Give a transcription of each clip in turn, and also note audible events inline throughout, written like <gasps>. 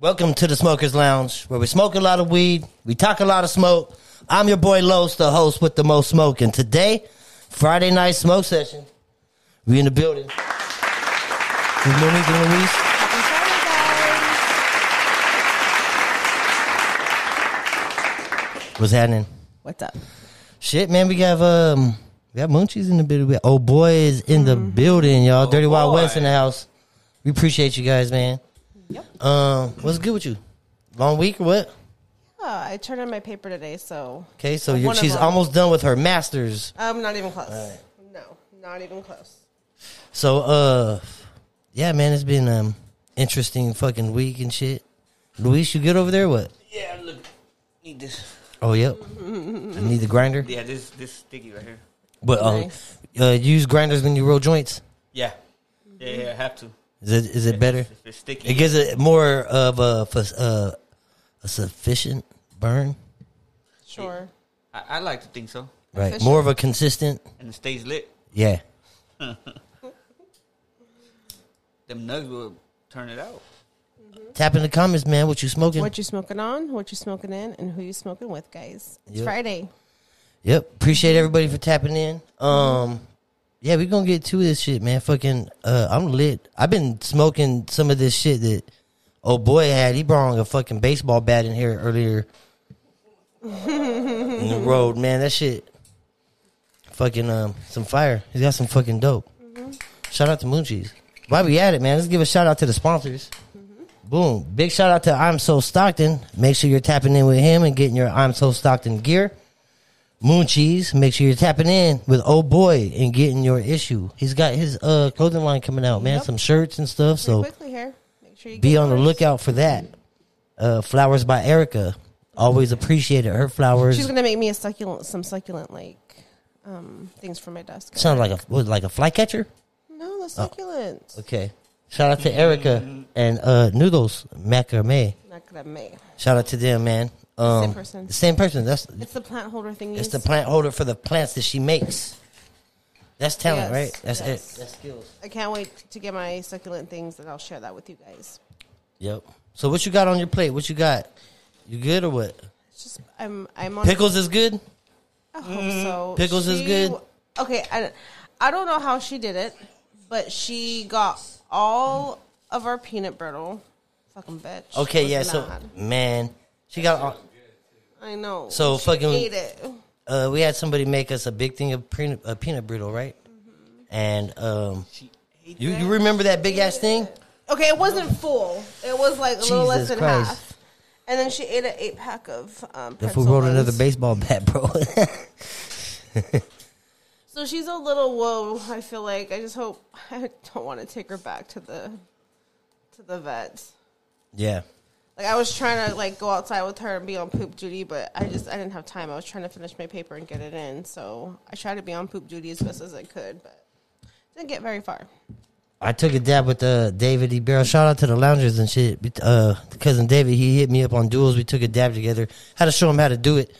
Welcome to the Smokers Lounge, where we smoke a lot of weed, we talk a lot of smoke. I'm your boy Los, the host with the most smoke, and today, Friday night smoke session. We in the building. With Monique and Luis. What's happening? What's up? Shit, man, we have um we have Munchies in the building. We have old boy is in the building, y'all. Dirty Wild boy. West in the house. We appreciate you guys, man. Yep. Um, what's good with you? Long week or what? Oh, I turned in my paper today, so Okay, so you're, One of she's them. almost done with her masters. I'm not even close. No, not even close. So uh yeah, man, it's been um interesting fucking week and shit. Luis, you good over there? or What? Yeah, look, need this. Oh yep. I need the grinder. Yeah, this this sticky right here. But um Nice. uh use grinders when you roll joints. Yeah, yeah, yeah. I have to. Is it is it better? If It's, sticky. It gives it more of a, fas- uh, a sufficient burn, Sure. I, I like to think so, right? Efficient. More of a consistent, and it stays lit. yeah. Them nugs will turn it out. Tap in the comments, man. What you smoking? What you smoking on? What you smoking in? And who you smoking with, guys? It's Yep. Friday. yep. Appreciate everybody for tapping in. Um, yeah, we gonna get to this shit, man. Fucking, uh, I'm lit. I've been smoking some of this shit that oh boy had. He brought a fucking baseball bat in here <laughs> earlier. in the road, man. That shit, fucking um, some fire. He's got some fucking dope. Mm-hmm. Shout out to Moon Cheese. While we at it, man, let's give a shout out to the sponsors. Mm-hmm. Boom. Big shout out to I'm So Stockton. Make sure you're tapping in with him and getting your I'm So Stockton gear. Moon Cheese, make sure you're tapping in with Old Boy and getting your issue. He's got his uh clothing line coming out, man. Yep. Some shirts and stuff. Pretty So quickly here. Make sure you be get on the yours. lookout for that. Uh, flowers by Erica. Always appreciated her flowers. She's gonna make me a succulent, some succulent like um things for my desk. Sound like a what, like a flycatcher. no, Oh. the succulents. Okay. Shout out to Erica and uh, Noodles Macrame. Not gonna make. Shout out to them, man. Um, Same person. the same person. That's It's the plant holder thingies. it's the plant holder for the plants that she makes. That's talent, Yes, right? That's yes. it. That's skills. I can't wait to get my succulent things, and I'll share that with you guys. Yep. So what you got on your plate? What you got? You good or what? It's just I'm I'm on Pickles is good. I hope so. Pickles is good? Okay, I, I don't know how she did it, but she got all of our peanut brittle. Fucking bitch. She Okay, was yeah. So mad. man, she got. all- I know. So She fucking- ate it. Uh, we had somebody make us a big thing of peanut, uh, peanut brittle, right? And um, She ate you that. you remember that big ass thing? Okay, it wasn't full. It was like a little Jesus less than Christ. half. And then she ate an eight pack of um, If pretzel we rolled buns. another baseball bat, bro. So she's a little whoa. I feel like I just hope <laughs> I don't want to take her back to the to the vet. <laughs> yeah. Like I was trying to like go outside with her and be on poop duty, but I just I didn't have time. I was trying to finish my paper and get it in, so I tried to be on poop duty as best as I could, but didn't get very far. I took a dab with uh, David E. Barrow. Shout out to the loungers and shit. But, Uh, cousin David, he hit me up on duels. We took a dab together. Had to show him how to do <laughs> it.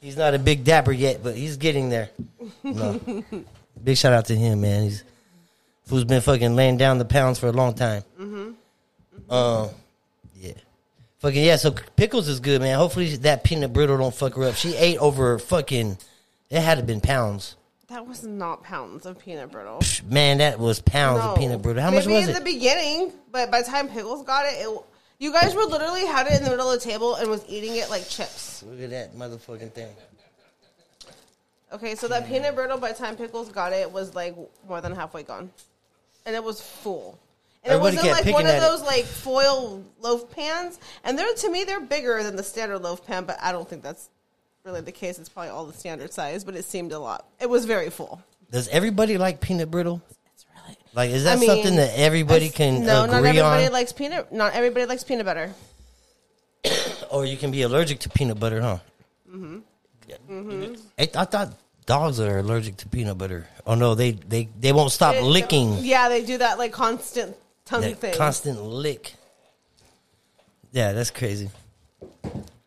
he's not a big dabber yet, but he's getting there. <laughs> No. big shout out to him, man. He's who's been fucking laying down the pounds for a long time. Mm-hmm. Um, yeah, fucking yeah. So pickles is good, man. Hopefully that peanut brittle don't fuck her up. She ate over fucking. It had to been pounds. That was not pounds of peanut brittle. Psh, Man, that was pounds No. of peanut brittle. How much Maybe was in it? the beginning, but by the time pickles got it, it you guys were literally had it in the middle of the table and was eating it like chips. Look at that motherfucking thing. Okay, so that peanut brittle by the time pickles got it was like more than halfway gone, and it was full. And Everybody it kept wasn't like picking one of at it. those like foil loaf pans. And they're to me they're bigger than the standard loaf pan, but I don't think that's really the case. It's probably all the standard size, but it seemed a lot. It was very full. Does everybody like peanut brittle? It's really Like, is that something that everybody can No, agree not everybody on? likes peanut. Not everybody likes peanut butter. or you can be allergic to peanut butter, huh? Mm-hmm. I, I thought dogs are allergic to peanut butter. Oh no, they they they won't stop They- licking. Yeah, they do that like constant tongue That thing. constant lick. Yeah, that's crazy.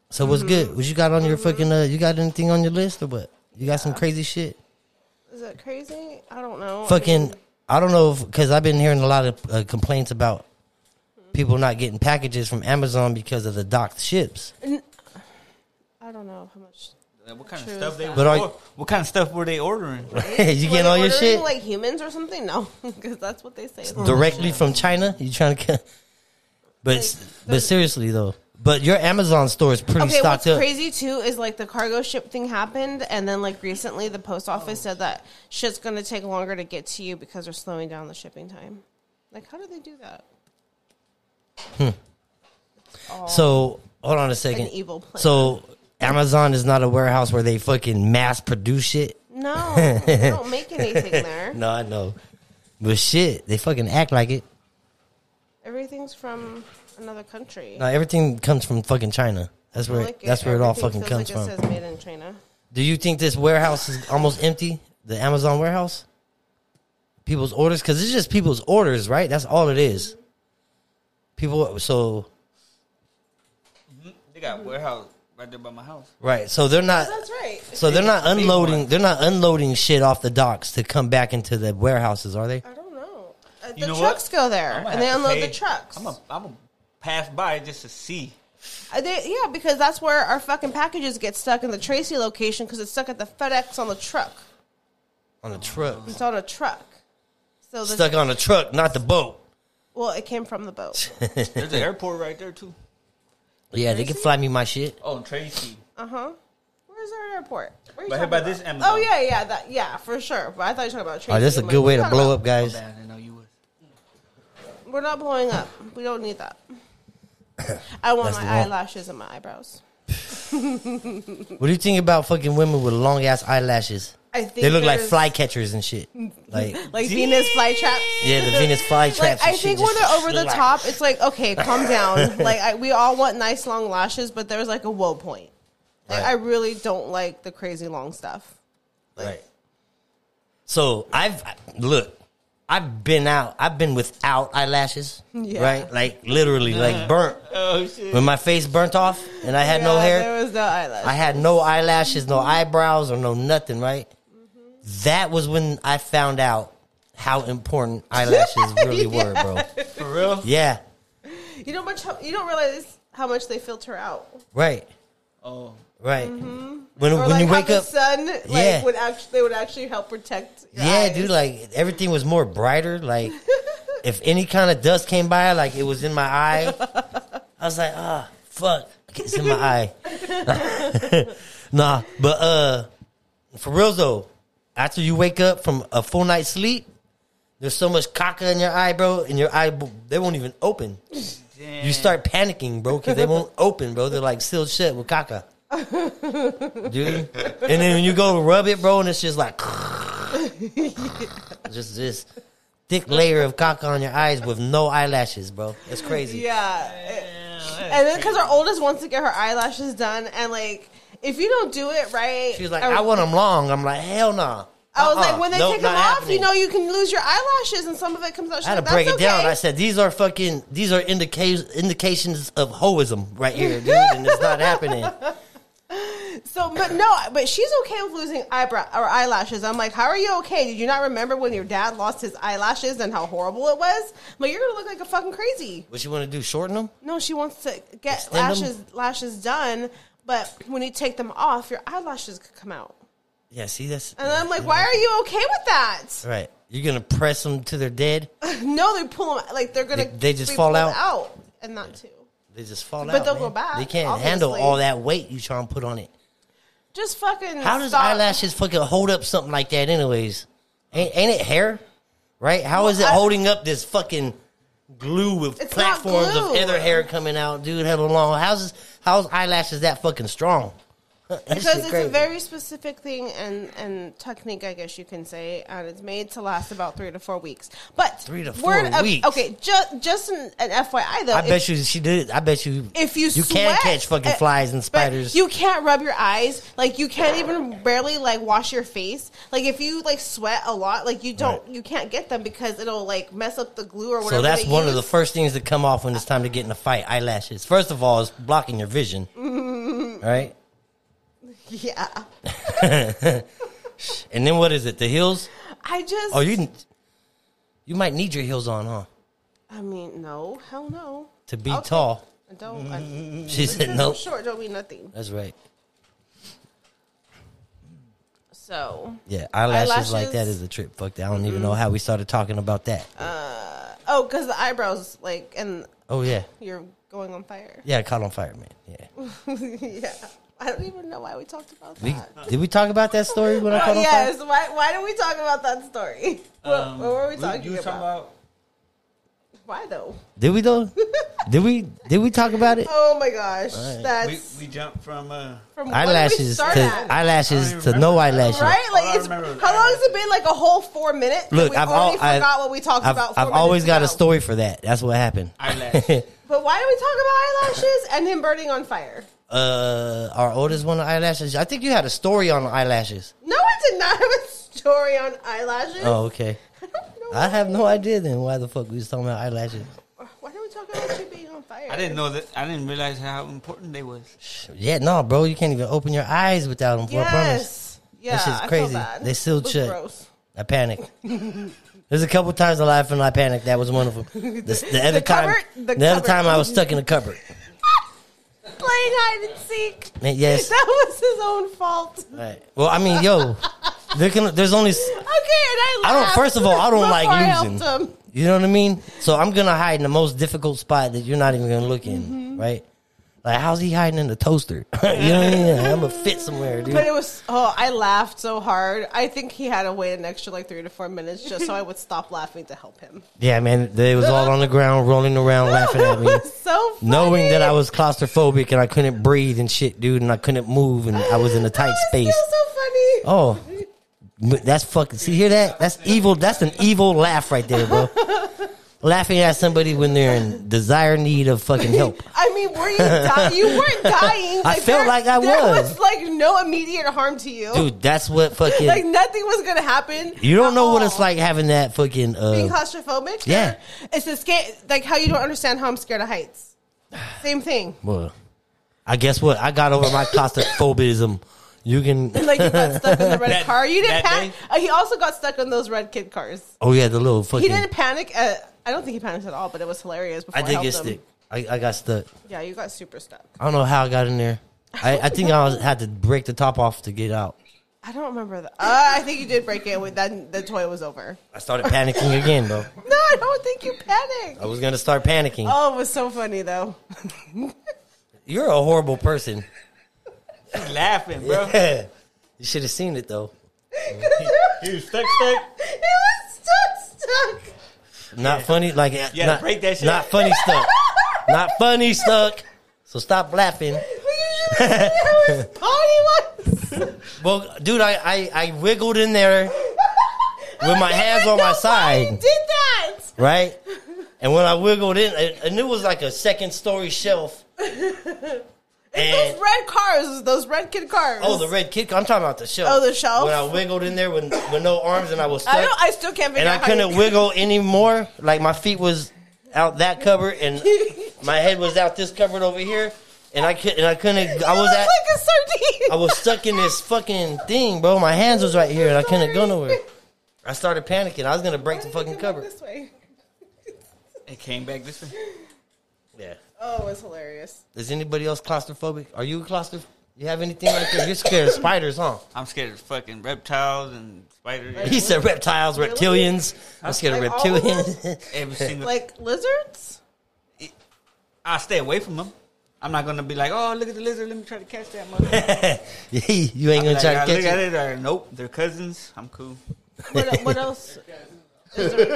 So what's Mm-hmm. good? What you got on your fucking? Uh, you got anything on your list or what? You got Uh, some crazy shit? Is that crazy? I don't know. I fucking mean, I don't know because I've been hearing a lot of uh, complaints about people not getting packages from Amazon because of the docked ships. <laughs> I don't know how much. Uh, What kind True of stuff they that. But are- were? What kind of stuff were they ordering? you Were getting they all your ordering, shit Mm. like humans or something? No, <laughs> because that's what they say. directly from China. You trying to, ca- <laughs> but s- but seriously though, but your Amazon store is pretty Okay, stocked what's up. crazy too is like the cargo ship thing happened, and then like recently the post office said that shit's gonna take longer to get to you because they're slowing down the shipping time. Like, how do they do that? So hold on a second. An evil plan. So Amazon is not a warehouse where they fucking mass produce shit. <laughs> No, they don't make anything there. No, I know, but shit, they fucking act like it. Everything's from another country. No, everything comes from fucking China. That's where Like, that's where it all everything fucking comes feels like from. It says made in China. Do you think this warehouse is almost empty? The Amazon warehouse? People's orders? Because it's just people's orders, right? That's all it is. People, so, They got warehouse right there by my house. right. So they're not. That's right. So they're not Big unloading. one. They're not unloading shit off the docks to come back into the warehouses, are they? I don't know. Uh, the You know what? trucks go there, I'ma and they have to unload pay- the trucks. I'm a, I'm a pass by just to see. Uh, they, yeah, because that's where our fucking packages get stuck in the Tracy location because it's stuck at the FedEx on the truck. On a truck, It's on a truck. So the, stuck on a truck, not the boat. well, it came from <laughs> the boat. There's an airport right there too. Yeah, they can fly me my shit. Oh, and Tracy. Uh huh. Where's our airport? Where you Right here talking by about? this Amazon. Oh yeah, yeah, that yeah for sure. But I thought you were talking about Tracy. Oh, this is a I'm good like, way to "What you blow talking up, guys. Bad, I didn't know you was. about? We're not blowing up. We don't <coughs> need that. I want That's my the one. eyelashes and my eyebrows. What do you think about fucking women with long ass eyelashes? I think They look like there's- fly catchers and shit. <laughs> Like, like Venus flytraps. yeah, the Venus fly Like traps. I think when they're over the top, it's like okay, calm <laughs> down. like I, we all want nice long lashes, but there's like a low point. Like Right. I really don't like the crazy long stuff. Right. So I've look, I've been out. I've been without eyelashes. Yeah. Right. Like literally, like burnt. Oh shit. When my face burnt off and I had no Yeah, hair, There was no eyelash. I had no eyelashes, no eyebrows, or no nothing. Right. Mm-hmm. That was when I found out how important <laughs> eyelashes really were, bro. For real? Yeah. you don't much. You don't realize how much they filter out. Right. Oh. Right. When Mm-hmm. Or when like you how wake the up. sun, like Yeah. would actually they would actually help protect. Your Yeah, eyes. dude, like everything was more brighter. Like if any kind of dust came by, like it was in my eye. I was like, ah, fuck. It's in my eye. <laughs> nah. But uh for real though, after you wake up from a full night's sleep, there's so much caca in your eye, bro, and your eye they won't even open. Damn. You start panicking, bro, because they <laughs> won't open, bro. They're like sealed shut with caca. Dude. And then when you go to rub it, bro, and it's just like <laughs> just this thick layer of caca on your eyes with no eyelashes, bro. It's crazy. yeah. Damn, And that's then because our oldest wants to get her eyelashes done, and like if you don't do it right, She was like, or- I want them long. I'm like, hell no. I was Uh-uh. like, when they Nope, take them not off, happening. you know, you can lose your eyelashes, and some of it comes out. She's I had to like, break it "That's down. okay." I said, these are fucking, these are indica- indications of hoism right here, dude, and it's not <laughs> happening. So, but no, but she's okay with losing eyebrow or eyelashes. I'm like, how are you okay? Did you not remember when your dad lost his eyelashes and how horrible it was? i like, you're gonna look like a fucking crazy. What you want to do, shorten them? No, she wants to get Extend 'em? lashes lashes done, but when you take them off, your eyelashes could come out. Yeah, see, that's. And I'm like, why are you okay with that? <laughs> Right. You're going to press them to their dead? No, they pull them like they're gonna. They- they just pull fall them out? out, and not too. They just fall But out. they'll man. go back, They can't handle obviously. all that weight you trying to put on it. Just fucking. How does stop. eyelashes fucking hold up something like that, anyways? Ain't, ain't it hair? Right? How is it I- holding up this fucking glue with It's not platforms glue. of other hair coming out, dude? Hella long. How's this, how's eyelashes that fucking strong? That shit Because it's crazy. a very specific thing and, and technique, I guess you can say, and it's made to last about three to four weeks. But Three to word four of- weeks. Okay, just just an, an FYI though. I if- bet you she did. I bet you. if you you sweat, can catch fucking uh, flies and but spiders. you can't rub your eyes. Like you can't even barely like wash your face. Like if you like sweat a lot, like you don't Right. you can't get them because it'll like mess up the glue or whatever. so that's they one of use. the first things that come off when it's time to get in a fight. Eyelashes. First of all, it's blocking your <laughs> vision. right. yeah. And then what is it? The heels? I just Oh, you you might need your heels on, huh? I mean, no, hell no. To be I'll take- tall. I don't. I, She said <laughs> no. <laughs> no. Short don't mean nothing. That's right. So, Yeah, eyelashes, like that Eyelashes. Mm-hmm. is a trip. Fuck that. I don't even know how we started talking about that. oh, because the eyebrows, like, and oh yeah, you're going on fire. <laughs> yeah. I Caught on fire, man. Oh, Yeah. yeah. I don't even know why we talked about We, that. did we talk about that story when I Oh, caught on fire? yes. Why, why did we talk about that story? <laughs> What, Um, what were we you- talking, you was about? talking about? Why, though? Did we <laughs> though? did we? Did we talk about it? Oh, my gosh. right. We, That's we jumped from <laughs> uh, from where did we Eyelashes to start at? eyelashes I don't to even no remember. eyelashes. Right? Like, All Oh, I it's, how remember long was has it been? Like a whole four minutes? Look, we I've al- already I- forgot what we talked I've, about. Four I've always minutes got a ago. story for that. That's what happened. Eyelash. But why do we talk about eyelashes and him burning on fire? uh, our oldest one, eyelashes. I think you had a story on eyelashes. No, I did not have a story on eyelashes. Oh, okay. I don't know. I have no idea then why the fuck we was talking about eyelashes. Why do we talk about you being on fire? I didn't know that. I didn't realize how important they was. Yeah, no, bro, you can't even open your eyes without them. I promise. Yes. Yeah, That shit's I feel crazy. bad. They still It was check. Gross. I panic. There's a couple times I laughed and I panicked. That was one of them. The, the other The time, cupboard? The the, other cupboard. time I was stuck in a cupboard. Playing hide and seek. Man, yes. <laughs> That was his own fault. Right. Well, I mean, yo, there can, there's only s- Okay, and I. I don't- laughed first of all, I don't like before I losing. helped him. You know what I mean? So I'm gonna hide in the most difficult spot that you're not even gonna look in, Mm-hmm. right? Like, how's he hiding in the toaster? <laughs> you know what I mean? Like, I'm gonna fit somewhere, dude. But it was oh, I laughed so hard. I think he had to wait an extra like three to four minutes just so I would stop laughing to help him. yeah, man, they was all on the ground, rolling around, <laughs> laughing at it me, was so <laughs> funny. knowing that I was claustrophobic and I couldn't breathe and shit, dude, and I couldn't move and I was <laughs> in a That tight was space. Still so funny. Oh, but that's fucking. See, hear that? That's evil. That's an evil laugh right there, <laughs> bro. Laughing at somebody when they're in dire need of fucking help. I mean, were you dying? You <laughs> weren't dying. I felt like I there was. was like no immediate harm to you. Dude, that's what fucking. Like nothing was gonna happen. You don't at know what it's all. like having that fucking. being Uh, claustrophobic. Yeah. it's a scare. Like how you don't understand how I'm scared of heights. <sighs> Same thing. <laughs> well, I guess what I got over my claustrophobism. You can. Like you got stuck in the red That- car. You didn't that panic. day? Uh, he also got stuck in those red kid cars. Oh yeah, the little He fucking. didn't panic. At, I don't think he panicked at all, but it was hilarious. Before I I did helped get him. stick. I, I got stuck. Yeah, you got super stuck. I don't know how I got in there. I, I think I was, had to break the top off to get out. I don't remember that. Uh, I think you did break it when that the toy was over. I started panicking again, though. No, I don't think you panicked. I was gonna start panicking. Oh, it was so funny though. <laughs> You're a horrible person. <laughs> He's laughing, bro. you should have seen it though. He was stuck, stuck. It was stuck, stuck. Not funny, like Yeah, not, break that shit. Not funny stuck. not funny stuck. So stop laughing. But you should have seen how his <laughs> body was. Well, dude, I, I, I wiggled in there with <laughs> my hands on my He side, did that. right? And when I wiggled in, and- and it was like a second story shelf. Those And red cars, those red kid cars. oh, the red kid. I'm talking about the shelf. Oh, the shelf? When I wiggled in there with with no arms and I was stuck. I don't. I still can't and figure I out. how you- couldn't <laughs> wiggle anymore. Like my feet was out that cover, and my head was out this covered over here, and I could and I couldn't. I You was look at like a sardine. I was <laughs> stuck in this fucking thing, bro. My hands was right here, and I couldn't go nowhere. I started panicking. I was gonna break the Why did fucking you come cover. This way. It came back this way. Yeah. Oh, it was hilarious. Is anybody else claustrophobic? Are you claustrophobic? You have anything like that? You're scared of spiders, huh? I'm scared of fucking reptiles and spiders. <laughs> He said reptiles, reptilians. I'm scared of Like all of reptilians. Every single. Like <laughs> lizards. I stay away from them. I'm not gonna be like, oh, look at the lizard. Let me try to catch that motherfucker. <laughs> you ain't gonna Like, try I to look at catch it. it. Or, nope, they're cousins. I'm cool. What, what else? Is there,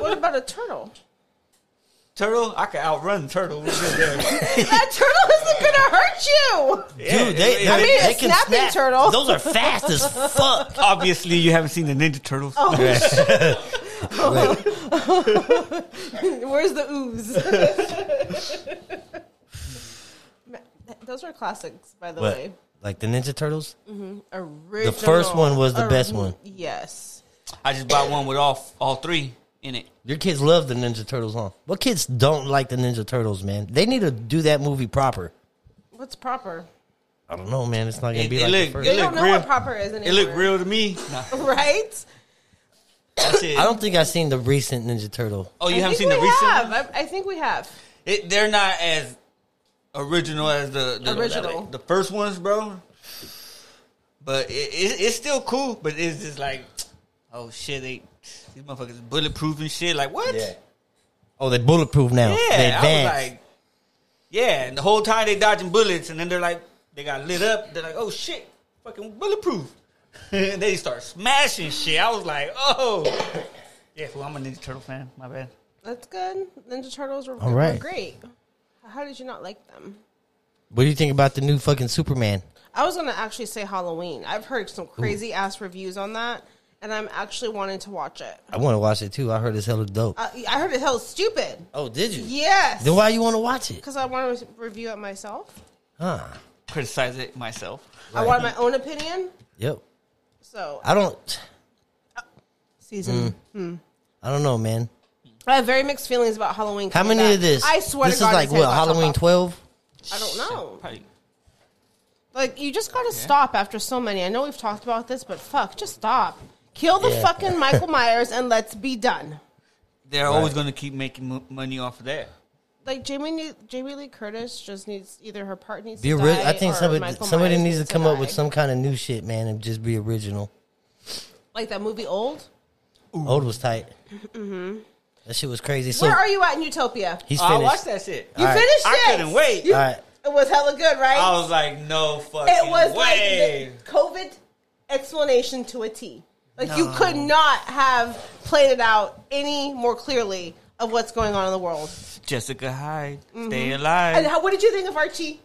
what about a turtle? Turtle, I can outrun turtle. We're good there. <laughs> That turtle isn't gonna hurt you. Yeah, Dude, they, it- they, it- I mean, they a can snapping snap. turtle. Those are fast <laughs> as fuck. obviously you haven't seen the Ninja Turtles. Oh. Where's the <laughs> ooze? Ma- th- Those were classics, by the way. Like the Ninja Turtles? Original. one was the best one. Yes. <laughs> I just bought one with all all three in it. Your kids love the Ninja Turtles, huh? What kids don't like the Ninja Turtles, man? They need to do that movie proper. What's proper? I don't know, man. It's not gonna It- be it like the look- first. They It look <laughs> don't know real. what proper is anymore. It looked real to me. right? <laughs> That shit. I don't think I've seen the recent Ninja Turtle. oh, you I haven't think seen the we recent? have. one? I, I think we have. It, they're not as original as the, the Original. The first ones, bro. But it, it, it's still cool. But it's just like, oh shit, they these motherfuckers bulletproof and shit. Like what? Oh, they bulletproof now. they Yeah, I was advanced. like, yeah, and the whole time they dodging bullets, and then they're like, they got lit up. They're like, oh shit, fucking bulletproof. <laughs> and they start smashing shit. I was like, oh, <coughs> yeah. Well, I'm a Ninja Turtle fan. My bad. That's good. Ninja Turtles were, All were right. great. How did you not like them? what do you think about the new fucking Superman? I was gonna actually say Halloween. I've heard some crazy ass reviews on that, and I'm actually wanting to watch it. I want to watch it too. I heard it's hella dope. I, I heard it hell stupid. oh, did you? Yes, Then why you want to watch it? because I want to review it myself. Huh? Criticize it myself. I want my own opinion. Yep. So I don't. Mm. season. I don't know, man. I have very mixed feelings about Halloween. How coming many back. of this? I swear this to God, is like his head what pops off. Halloween twelve. I don't know. Probably. Like you just gotta stop after so many. I know we've talked about this, but fuck, just stop. Kill the Yeah. <laughs> fucking Michael Myers and let's be done. They're always going to keep making mo- money off of that. Like Jamie, ne- Jamie Lee Curtis just needs either her part needs Be to ori- die. I think or somebody Michael somebody Myers needs to come up with die. some kind of new shit, man, and just be original. like that movie Old. Old was tight. That shit was crazy. So Mm-hmm. Where are you at in Utopia? he's Oh, I finished. watched that shit. You All right. finished I it. couldn't wait. You- All right. It was hella good, right? I was like, no fucking it was way. like the COVID explanation to a T. Like you could not have played it out any more clearly of what's going on in the world. Jessica Hyde, stay And alive. how, what did you think of Archie?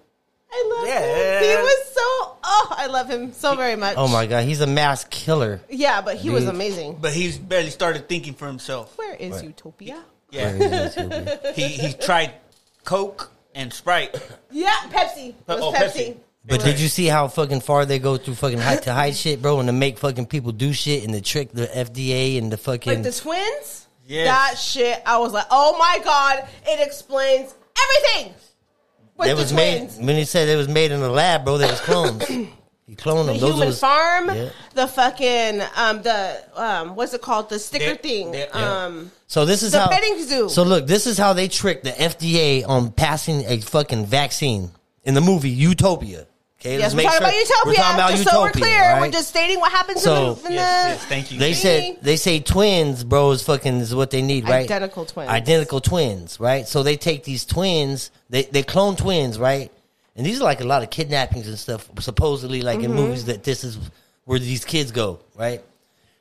I love Yeah. him. He was so. Oh, I love him so very much. oh my god, he's a mass killer. Yeah, but he was Dude. amazing. But he's barely started thinking for himself. Where is Right. Utopia? Yeah, Crazy. he he tried Coke and Sprite. Yeah, Pepsi. It was oh, Pepsi. Pepsi. But did you see how fucking far they go through fucking height to height shit, bro, and to make fucking people do shit and to trick the FDA and the Like fucking the twins? Yes. That shit, I was like, oh my god, it explains everything. With They the was made twins. when he said it was made in the lab, bro. They was <coughs> clones. he cloned the them. Those human was farm, Yeah. the fucking um the um what's it called? The sticker They- thing. they- yeah. um so. This is the how. petting zoo. So look, this is how they tricked the FDA on passing a fucking vaccine in the movie Utopia. Okay, Yes, we're talking about Utopia. just so we're clear. all We're right? just stating what happens So- in the, in Yes, yes, the thank you. They said Really? they say twins, bro, is fucking is what they need, right? Identical twins. Identical twins, right? So they take these twins, they they clone twins, right? And these are like a lot of kidnappings and stuff, supposedly like Mm-hmm. in movies that this is where these kids go, right?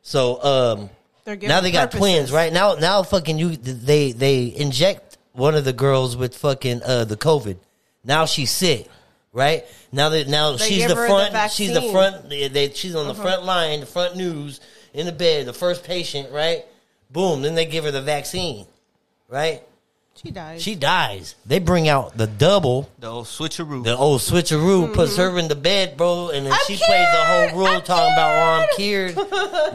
So um They're given now they got purposes. twins, right? Now now fucking you they they inject one of the girls with fucking uh the COVID. Now she's sick. Right now, that now They she's give the her the front. she's the vaccine. Uh-huh. front they, they, she's on the front line, the front news, in the bed, the first patient, right? Boom. Then they give her the vaccine, right? She died. She dies. They bring out the double, the old switcheroo. the old switcheroo, puts her in the bed, bro, and then Mm-hmm. I'm she plays the cured! whole role I'm talking about, oh, I'm cured.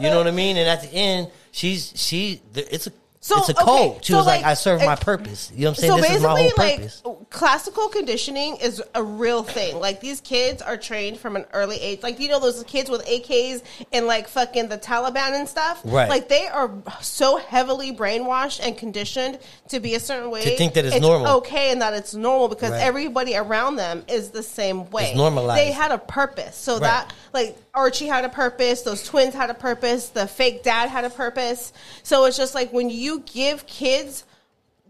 <laughs> you know what I mean? And at the end, she's, she, th- it's a, So, it's a okay, cult. She so, was like, like, I serve my it- purpose. You know what I'm saying? so this is my basically, whole like purpose. classical conditioning is a real thing. Like these kids are trained from an early age. Like you know those kids with AKs and like fucking the Taliban and stuff. Right. Like they are so heavily brainwashed and conditioned to be a certain way. think that it's normal. okay, and that it's normal because Right. everybody around them is the same way. It's normalized. They had a purpose, so Right. that like Archie had a purpose, those twins had a purpose, the fake dad had a purpose. So it's just like when you give kids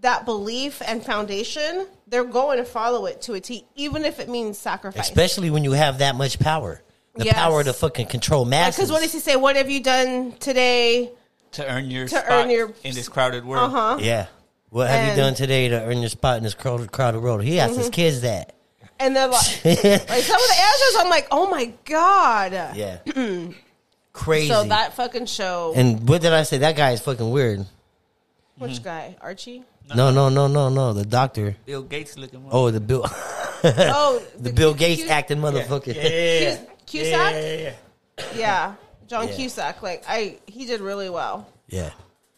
that belief and foundation, they're going to follow it to a T, even if it means sacrifice. Especially when you have that much power. The Yes. power to fucking control masses. because what does he say? What have you done today? to earn your To spot earn your- in this crowded Uh Uh-huh. huh. world. Yeah. What have And- Mm-hmm. you done today to earn your spot in this crowded, crowded world? He asked his kids that. And <laughs> they're like, like some of the answers, I'm like, oh my god. Yeah. <clears throat> Crazy. So that fucking show. and Mm-hmm. what did I say? That guy is fucking weird. which guy? Archie? No, no, no, no, no. The doctor. Bill Gates looking. one. Oh, the Bill. <laughs> Oh, <laughs> the Bill <laughs> Q- Gates Q- acting motherfucker. yeah, yeah, Cusack? yeah, yeah, yeah. Yeah, John Yeah. Cusack. Like I, he did really well. <laughs> Yeah.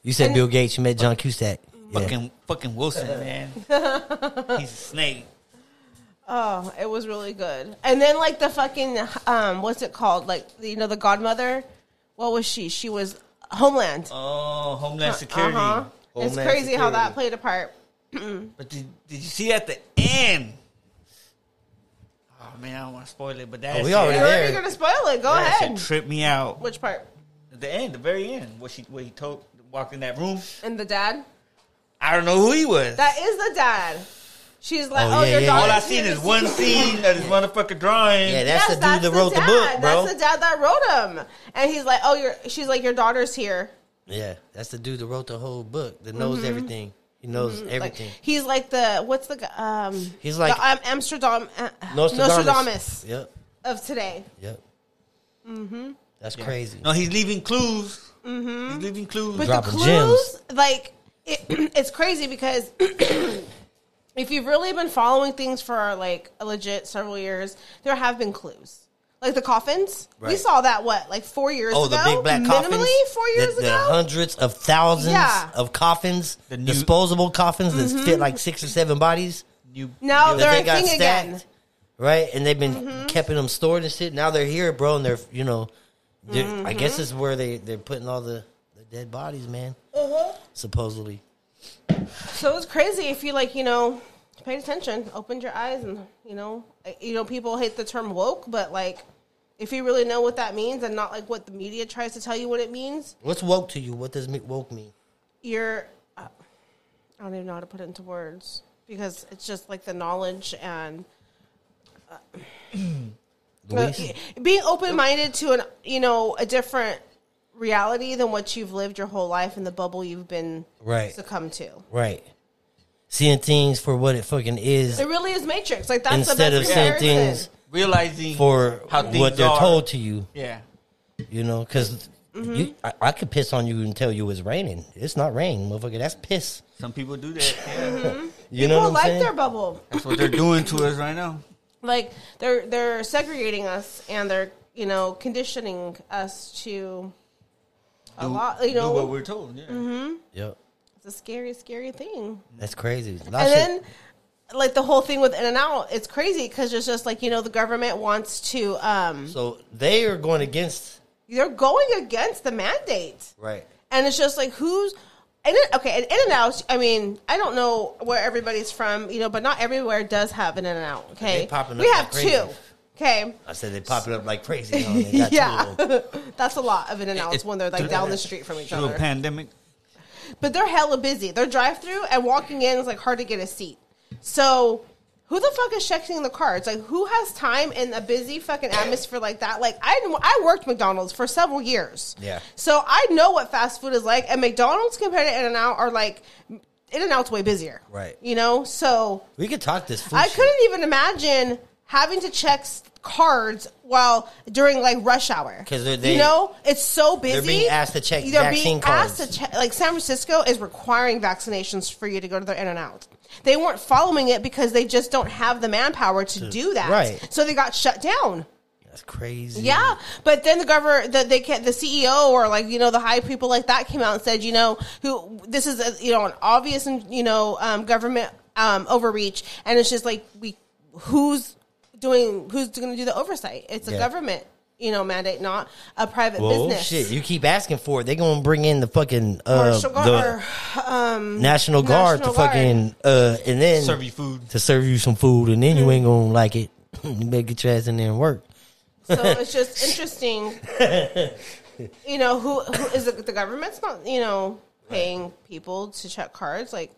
You said Bill Gates. You met John Cusack. Yeah. Fucking fucking Wilson, man. <laughs> He's a snake. Oh, it was really good. And then like the fucking um, what's it called? Like you know the godmother. What was she? She was Homeland. Oh, Homeland Security. Uh-huh. it's Homeland crazy how that Security. played a part. But did, did you see at the end? Oh man, I don't want to spoil it, but that Oh, we shit- already You're already there. gonna spoil it. Go that shit ahead. tripped me out. Which part? At the end, the very end, what she what he told walked in that room. And the dad. I don't know who he was. That is the dad. She's like, Oh, oh, yeah, your yeah. daughter. All I seen <laughs> is one scene of this motherfucker drawing. Yeah, that's the dude that wrote the dad. book, bro. That's the dad that wrote him. And he's like, oh, your. She's like, your daughter's here. Yeah, that's the dude that wrote the whole book that knows everything. He knows Mm-hmm. Like, everything. he's like the what's the gu- um He's like- the, um, Amsterdam uh, Nostradamus. Nostradamus Mm-hmm. Yep, of today. yep. Mm-hmm. That's crazy. No, he's leaving clues. Mm-hmm. He's leaving clues. But Dropping the clues, gems. like it, <clears throat> it's crazy because <clears throat> if you've really been following things for like a legit several years, there have been clues. Like the coffins, we Right. saw that what like four years Oh, ago, the big black coffins. minimally four The- years the, ago. hundreds of thousands Yeah. of coffins, The new- disposable coffins that fit like six or seven bodies. you, Now that they're they a got thing stacked, again. Mm-hmm. right? And they've been keeping them stored and shit. Now they're here, bro, and they're you know, they're, I guess this Mm-hmm. is where they they're putting all the, the dead bodies, man. Supposedly, Uh-huh. So it's crazy if you like, you know, paid attention, opened your eyes, and you know, I- you know, people hate the term woke, but like, if you really know what that means and not like what the media tries to tell you what it means, what's woke to you? What does me- woke mean? you're, uh, I don't even know how to put it into words because it's just like the knowledge and Luis? Uh, being open minded to an you know a different reality than what you've lived your whole life in the bubble you've been Right. succumbed to. Right. Seeing things for what it fucking is It really is Matrix. Like that's instead the of best seeing comparison. things realizing for how what things they're are. told to you, Yeah. you know, because Mm-hmm. you, I, I could piss on you and tell you it's raining. It's not rain, motherfucker. That's piss. Some people do that. Yeah. Mm-hmm. You know People what I'm like saying? their bubble. That's what they're doing to us right now. like they're they're segregating us and they're you know conditioning us to a Do- lot you do what know we're told. Yeah. Yep. it's a scary scary thing That's crazy. A lot of and shit- then like the whole thing with in and out it's crazy because it's just like you know the government wants to um so they are going against. they're going against the mandate Right. and it's just like who's and it, okay and in and out i mean i don't know where everybody's from you know but not everywhere does have an in and out okay They popping up we like have crazy. two okay I said they pop it up like crazy. Huh? <laughs> They got two yeah, of them. that's a lot of in and outs It- when they're like it- down the street from each Through a other. pandemic. But they're hella busy. They're drive through and walking in is like hard to get a seat. So who the fuck is checking the cards? Like who has time in a busy fucking atmosphere like that? Like I didn't- I worked McDonald's for several years. Yeah. So I know what fast food is like, and McDonald's compared to In and Out are like In and Out's way busier. Right. You know. So We could talk this food. I shit. couldn't even imagine having to check s- cards while during like rush hour 'Cause they're- they- you know it's so busy. being asked to check They're vaccine being cards. asked to check. Like San Francisco is requiring vaccinations for you to go to their In and Out. They weren't following it because they just don't have the manpower to do that. right. So they got shut down. That's crazy. Yeah, but then the government, the, they can, the CEO or like you know the high people like that came out and said, you know, who this is a, you know an obvious and you know um, government um, overreach, and it's just like we who's doing who's going to do the oversight? It's a Yeah. government you know mandate, not a private Well, business. shit! You keep asking for it. They're gonna bring in the fucking uh, Marshall the Gar- or, um, National Guard National to fucking uh, and then Serve you food. to serve you some food, and Hmm. then you ain't gonna like it. <laughs> you better get your ass in there and work. so it's just <laughs> interesting. you know who, who is it, the government's not you know paying people to check cards. Like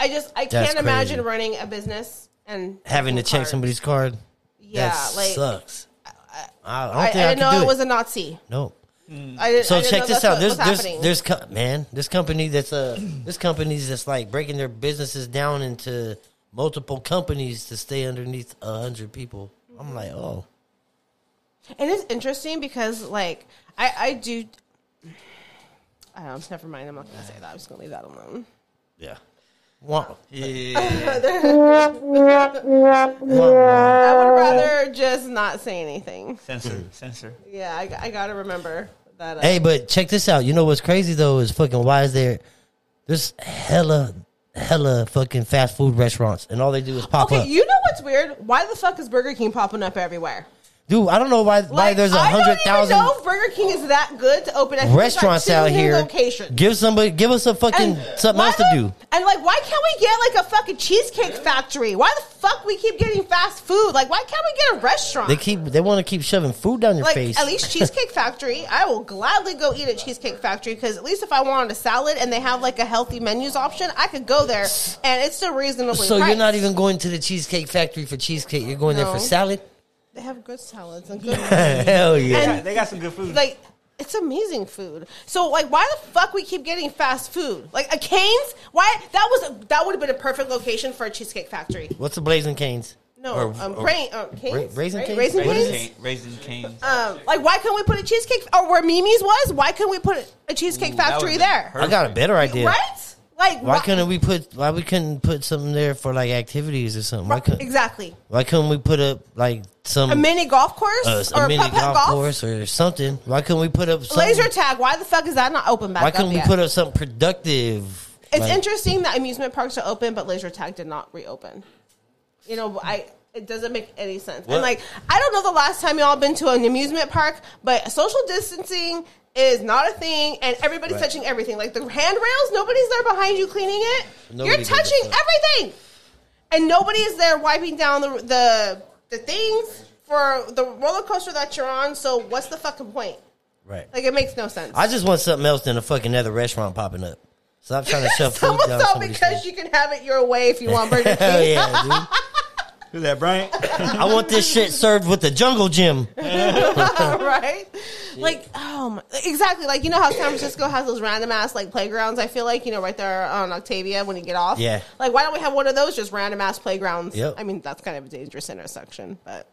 I just I That's can't imagine crazy. running a business and Having to checking check cards. somebody's card. Yeah, that like sucks. I, I don't I, I think I, can didn't know do it it. was a Nazi. no. I didn't, I So didn't check know this that's out. what There's was there's happening. there's co- man, this company that's uh this companies that's like breaking their businesses down into multiple companies to stay underneath a hundred people. I'm like, oh, It is interesting because, like, I, I do. I don't. Never mind. I'm not going to say that. I'm just going to leave that alone. yeah. Wah, <laughs> Yeah. wah, wah. I would rather just not say anything. Censor. Censor. Yeah, I, I got to remember that. Uh, Hey, but check this out. You know what's crazy though is fucking why is there there's hella hella fucking fast food restaurants and all they do is pop okay, up. you know what's weird? Why the fuck is Burger King popping up everywhere? Dude, I don't know why, why Like, there's a I don't hundred even thousand know if Burger King is that good to open. I think there's, like, restaurants two out new here. Locations. Give somebody, give us a fucking something why else to the- do. And like, why can't we get like a fucking cheesecake factory? Why the fuck we keep getting fast food? Like, why can't we get a restaurant? They keep, they want to keep shoving food down your like face. at least Cheesecake Factory, I will gladly go eat at Cheesecake Factory because at least if I wanted a salad and they have like a healthy menus option, I could go there and it's still reasonably. so you're priced. not even going to the cheesecake factory for cheesecake. You're going there for No. salad. <laughs> They have good salads and good. Hell yeah. And- Yeah, they got some good food. like it's amazing food. So like why the fuck we keep getting fast food? Like a Cane's? Why that was that would have been a perfect location for a cheesecake factory. What's the blazing canes? No, Or- um, or- Brain- uh, Cane's? Oh, Raisin Right? Cane's? Raisin What Raising is Cane's? cane, raising canes. Um, like why can't we put a cheesecake or where Mimi's was? Why couldn't we put a cheesecake Ooh, that factory would've been there? perfect. I got a better idea. Right? Like Why couldn't we put? Why we couldn't put something there for like activities or something? Why couldn't? exactly Why couldn't we put up like some a mini golf course uh, or a a mini putt putt golf, golf? course or something? Why couldn't we put up something, Laser tag. Why the fuck is that not open back Why up couldn't we yet? put up something productive? It's Like, interesting that amusement parks are open, but laser tag did not reopen. You know, I it doesn't make any sense. What? And like, I don't know the last time y'all been to an amusement park, but social distancing is not a thing, and everybody's Right. touching everything. Like the handrails, nobody's there behind you cleaning it. Nobody You're gives a touching fuck. everything, and nobody is there wiping down the the the things for the roller coaster that you're on. So what's the fucking point? Right. Like, it makes no sense. I just want something else than a fucking other restaurant popping up. Stop trying <laughs> to shove food Someone down thought somebody's because face. you can have it your way if <laughs> you want Burger King. Hell yeah, dude. Who's <laughs> that, Brian? I want this shit served with the jungle gym. <laughs> right? Like, oh, my, exactly. Like, you know how San Francisco has those random ass like playgrounds. I feel like you know right there on Octavia when you get off. Yeah. Like, why don't we have one of those just random ass playgrounds? Yep. I mean, that's kind of a dangerous intersection, but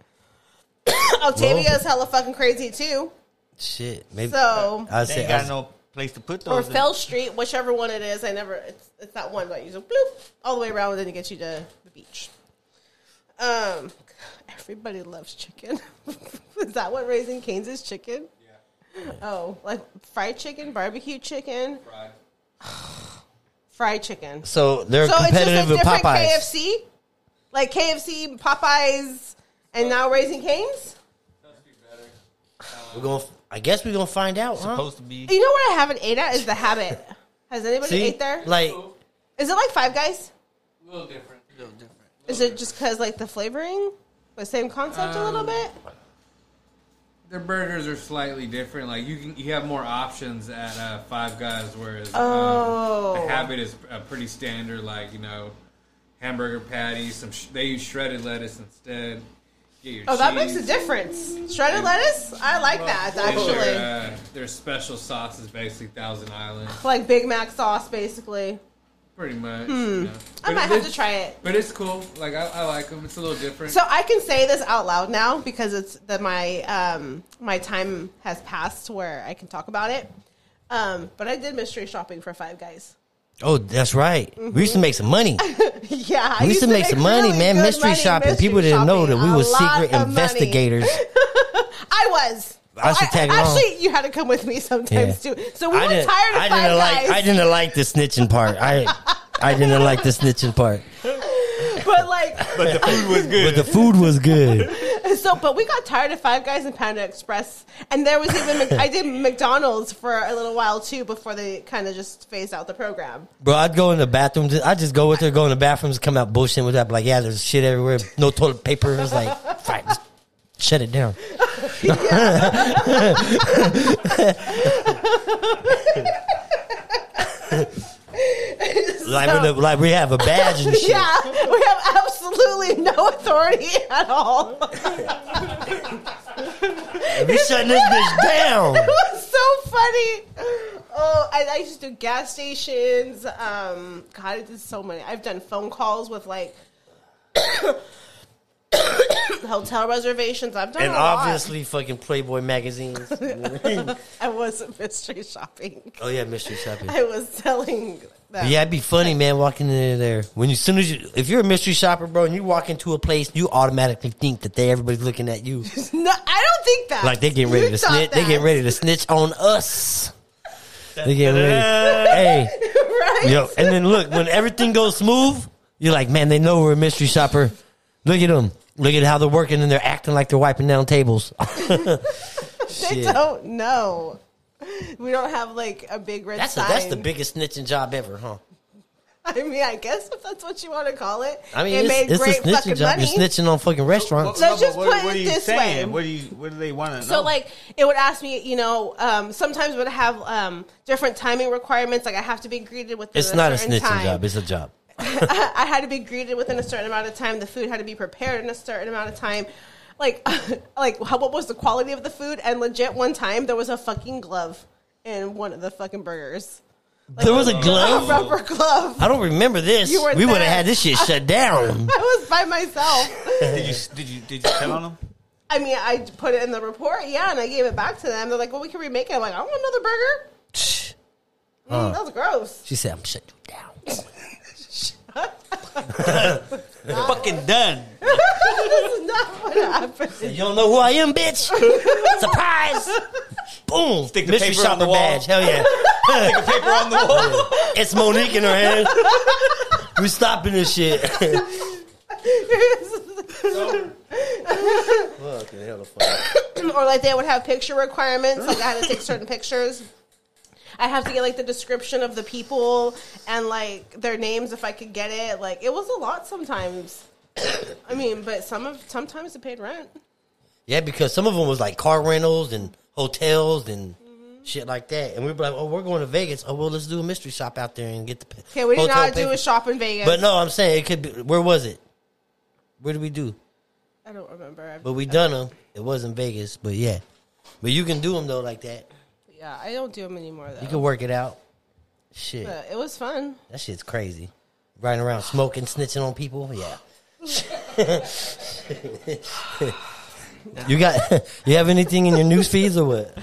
<coughs> Octavia is hella fucking crazy too. Shit. Maybe So- I They say ain't got no place to put Or those. in. Fell Street, whichever one it is. I never. It's it's that one that you just bloop all the way around, and then it gets you to the beach. Um, everybody loves chicken. <laughs> is that what Raising Canes is? Chicken. Oh, like fried chicken, barbecue chicken, <sighs> fried chicken. So so they're it's just a competitive with different Popeyes. KFC, like KFC, Popeyes, and now Raising Canes. We're gonna, I guess we're gonna find out. Huh? supposed to be. You know what I haven't ate at is the Habit. Has anybody See, ate there? Is like it like Five Guys? A little different. A little different. Is it just because like the flavoring, the same concept a little bit? Their burgers are slightly different. Like you can, you have more options at uh, Five Guys, whereas Oh. um, the Habit is a pretty standard. Like you know, hamburger patties. Some sh- they use shredded lettuce instead. Get your Oh, that cheese. makes a difference. Shredded lettuce, I like that Get your, actually. uh, their special sauce is basically Thousand Island, Like Big Mac sauce, basically. pretty much. you know. Hmm. I But might have it- to try it. But it's cool. Like I, I like them. It's a little different. So I can say this out loud now because it's that my um, my time has passed where I can talk about it. Um, but I did mystery shopping for Five Guys. <laughs> Oh, that's right. We Mm-hmm. used to make some money. Yeah, I We used to make some money, really man. good Mystery money shopping. People didn't know that shopping. we A were lot secret of money. <laughs> investigators. I was. I should Oh, tag along. actually, you had to come with me sometimes Yeah. too. So we were tired of I Five didn't like. Guys. I didn't like the snitching part. I. I didn't like the snitching <laughs> part. but like <laughs> But the food was good. But the food was good. so but we got tired of five guys and panda express and there was even Mc- i did mcdonald's for a little while too before they kind of just phased out the program <laughs> Bro, I'd go in the bathroom. I just go with her, go in the bathrooms, come out bullshitting with that. Like, yeah, there's shit everywhere. No toilet paper. It's like, <laughs> fuck, just shut it down. like, <laughs> with the- like we have a badge and shit. yeah we have absolutely no authority <laughs> at all We shutting this bitch <laughs> down. it was so funny. Oh, I, I used to do gas stations. Um, God, I did so many. I've done phone calls with like <coughs> hotel reservations. I've done And a lot. obviously, fucking Playboy <laughs> magazines. I wasn't <laughs> mystery shopping. oh yeah, mystery shopping. I was selling them. Yeah, it'd be funny, man, walking in there. When you, as soon as you, if you're a mystery shopper, bro, and you walk into a place, you automatically think that they everybody's looking at <laughs> you, No, I don't think that. like they getting ready You to thought snitch. They that. getting ready to snitch on us. They getting ready. hey, <laughs> right? yo, and then look when everything goes smooth, you're like, man, they know we're a mystery shopper. Look at them. Look at how they're working and they're acting like they're wiping down tables. <laughs> They Shit. don't know. We don't have like a big red That's a, sign. that's the biggest snitching job ever, huh? <laughs> I mean, I guess if that's what you want to call it. I mean, it it's, made it's great a snitching fucking job. money. You're snitching on fucking restaurants. Let's just put it are you this saying? way. What do you? What do they want to know? So like it would ask me, you know, um, sometimes would have um, different timing requirements. Like I have to be greeted within It's a not a certain snitching time. job. It's a job. I had to be greeted within a certain amount of time. The food had to be prepared in a certain amount of time. Like, <laughs> like how, what was the quality of the food? And legit, one time there was a fucking glove in one of the fucking burgers. Like, There was a a glove? rubber glove. <laughs> I don't remember this. You weren't We would have there. had this shit shut <laughs> down. I was by myself. did you did you did you tell on <laughs> them? I mean, I put it in the report, yeah, and I gave it back to them. They're like, "Well, we can remake it." I'm like, "I want another burger." Mm, that was gross. <laughs> She said, "I'm shut you down." Fucking <laughs> done. this is not what happened. You don't know who I am, <laughs> bitch. Surprise! Boom! Stick the Mystery paper on shopper the wall. badge. Hell yeah! <laughs> Stick a paper on the wall. <laughs> It's Monique in her hand. We stopping this <laughs> shit. or like they would have picture requirements. Like I had to take certain pictures. I have to get like the description of the people and like their names if I could get it. Like it was a lot sometimes. I mean, but some of sometimes they paid rent. yeah, because some of them was like car rentals and hotels and Mm-hmm. shit like that. And we were like, "Oh, we're going to Vegas. Oh, well, let's do a mystery shop out there and get the Okay, we did hotel not do paper." a shop in Vegas. But no, I'm saying it could be. Where was it? Where did we do? I don't remember. But we done them. It wasn't Vegas, but yeah. But you can do them though like that. yeah, I don't do them anymore though. You can work it out. Shit, but it was fun. that shit's crazy. Riding around smoking, snitching on people. <laughs> Yeah. you got? <laughs> You have anything in your news feeds or what?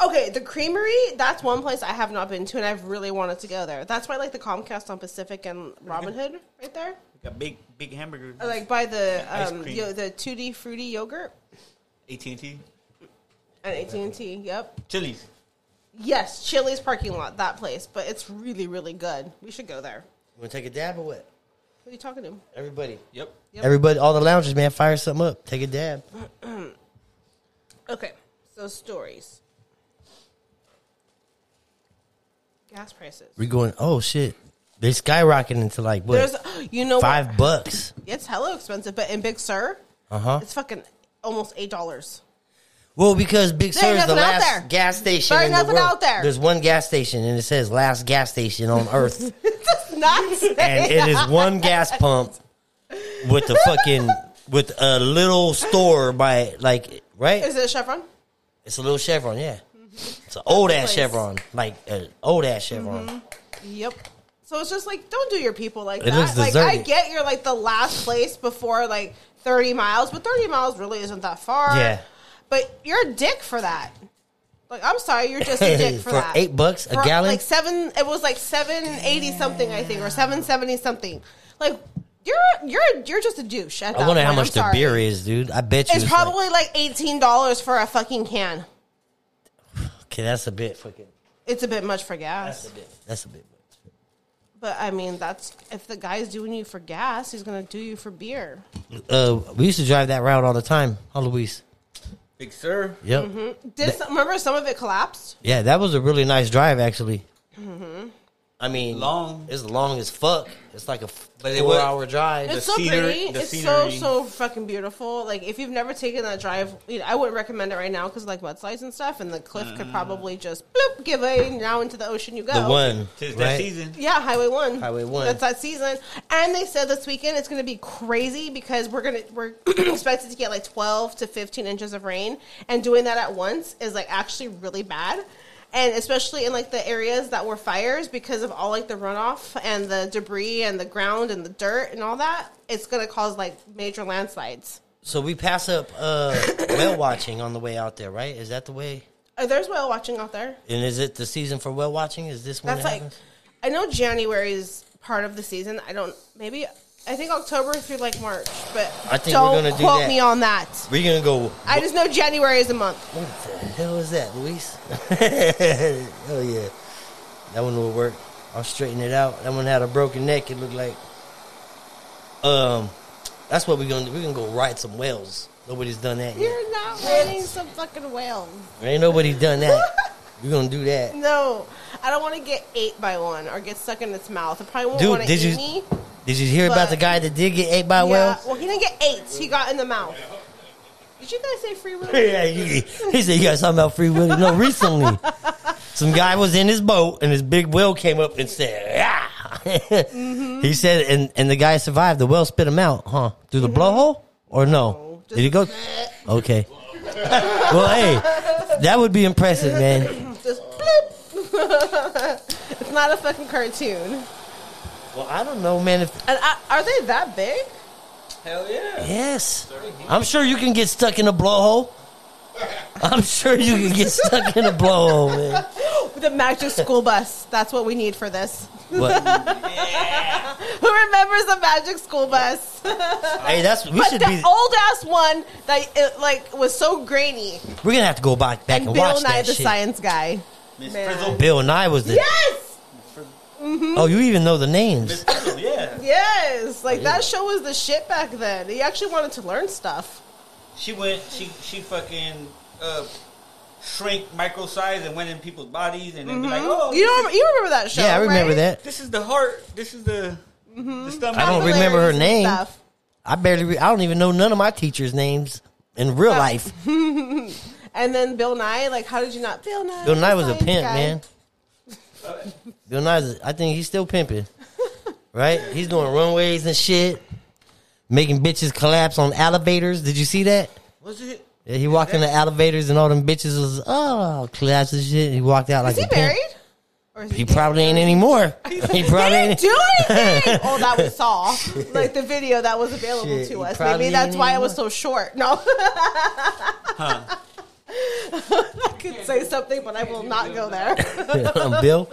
Okay, the Creamery. That's one place I have not been to, and I've really wanted to go there. That's why I like the Comcast on Pacific and Robinhood right there. Got big big hamburger. Or, like by the Ice um, cream. yo, the tutti frutti yogurt AT and T, and AT and T. Yep. Chili's. Yes, Chili's parking lot, that place, but it's really, really good. We should go there. You want to take a dab or what? Who are you talking to? Everybody. Yep. Yep. Everybody, all the loungers, man, fire something up. Take a dab. Okay, so stories. Gas prices. We're going. Oh shit, they skyrocketing to like what There's, you know, five what? bucks. It's hella expensive, but in Big Sur, Uh huh. it's fucking almost eight dollars. <laughs> Well, because Big There Sur ain't is the nothing out last there. gas station. There in ain't the nothing world. out there. There's one gas station, and it says last gas station on Earth, Not say and it is one gas pump with the fucking with a little store by like right. Is it a Chevron? It's a little Chevron, yeah. It's an old ass place. Chevron, like an old ass Chevron. Mm-hmm. Yep. So it's just like, don't do your people like It that. looks like I deserted. get you're like the last place before like thirty miles, but thirty miles really isn't that far. Yeah. But you're a dick for that. Like I'm sorry, you're just <laughs> a dick for, For that. eight bucks a gallon? Like seven it was like seven eighty something, I think, or seven seventy something. Like you're you're you're just a douche. At I that wonder how point. much I'm the sorry. beer is, dude. I bet you It's it's, probably like, like eighteen dollars for a fucking can. okay. That's a bit fucking. It's a bit much for gas. That's a bit. That's a bit. But I mean, that's if the guy's doing you for gas, he's gonna do you for beer. Uh, we used to drive that route all the time, huh, Luis? Big Sir. Yep. Did some, remember some of it collapsed? Yeah, that was a really nice drive, actually. Mm-hmm. I mean, Long. It's long as fuck. It's like a f- But it was- four-hour drive. It's so scenery- pretty. the It's scenery. so so fucking beautiful. Like if you've never taken that drive, you know, I wouldn't recommend it right now because like mudslides and stuff, and the cliff Mm. could probably just bloop give way. Now into the ocean you go. the one, Tis that right? season. Yeah, Highway One. Highway One. That's that season, and they said this weekend it's going to be crazy because we're gonna we're <clears throat> expected to get like twelve to fifteen inches of rain, and doing that at once is like actually really bad, and especially in like the areas that were fires because of all like the runoff and the debris and the ground and the dirt and all that, it's going to cause like major landslides. So we pass up uh, <coughs> whale watching on the way out there, right? Is that the way? Uh, There's whale watching out there. And is it the season for whale watching? Is this when That's it like, happens? I know January is part of the season. I don't maybe I think October through like March, but I think don't we're gonna do quote that. me on that. We're gonna go. I just know January is a month. What the hell is that, Luis? <laughs> Hell yeah, that one will work. I'll straighten it out. That one had a broken neck. It looked like. Um, that's what we're gonna do. We're gonna go ride some whales. Nobody's done that yet. You're not riding some fucking whale. Ain't nobody done that. we're gonna do that. No, I don't want to get ate by one or get stuck in its mouth. It probably won't want Dude, to did eat you me. did you hear about but- the guy that did get ate by yeah. whales? Well, he didn't get ate. He got in the mouth. Did you guys say free will? <laughs> yeah, he, he said you got something about free will. No, recently, some guy was in his boat and this big whale came up and said, "Yeah." Mm-hmm. He said, and and the guy survived. The whale spit him out, huh? Through the blowhole or no? Mm-hmm. No, Did <laughs> he go? Okay. well, hey, that would be impressive, man. Just bloop. <laughs> it's not a fucking cartoon. Well, I don't know, man. If And I, are they that big? Hell yeah. yes, I'm sure you can get stuck in a blowhole. I'm sure you can get stuck in a blowhole, man. The magic school bus. That's what we need for this. But, Who remembers the magic school bus? hey, that's we but should the be. old ass one that it, like was so grainy. We're gonna have to go back back And, and, Bill watch Nye that the shit. Science Guy. Miss Man. Frizzle. Bill Nye was the. Yes, Oh, you even know the names. Miss Frizzle, yeah. yes. Oh, Like that show was the shit back then. You actually wanted to learn stuff. She went, she she fucking uh, shrank micro size and went in people's bodies and then be like, oh, Mm-hmm. You don't. You remember that show? yeah, I remember right? that. this is the heart, this is the, Mm-hmm. the stomach. I don't remember her Similarities and name. stuff. I barely. Re- I don't even know none of my teachers' names in real life. And then Bill Nye. Like, how did you not? Bill Nye. Bill Nye <laughs> was a Science pimp, Guy. man. Bill Nye's. I think he's still pimping. Right? He's doing runways and shit, making bitches collapse on elevators. Did you see that? Was it? Yeah, he walked in the elevators and all them bitches was oh collapse and shit. He walked out like Is he a pimp. married? Or is He probably ain't anymore. <laughs> He They probably didn't ain't. do anything. <laughs> oh, that we saw, like the video that was available Shit, to you us. probably Maybe that's ain't why it even was so short. No. <laughs> I could say something, but I will not go <laughs> there. <laughs> Bill.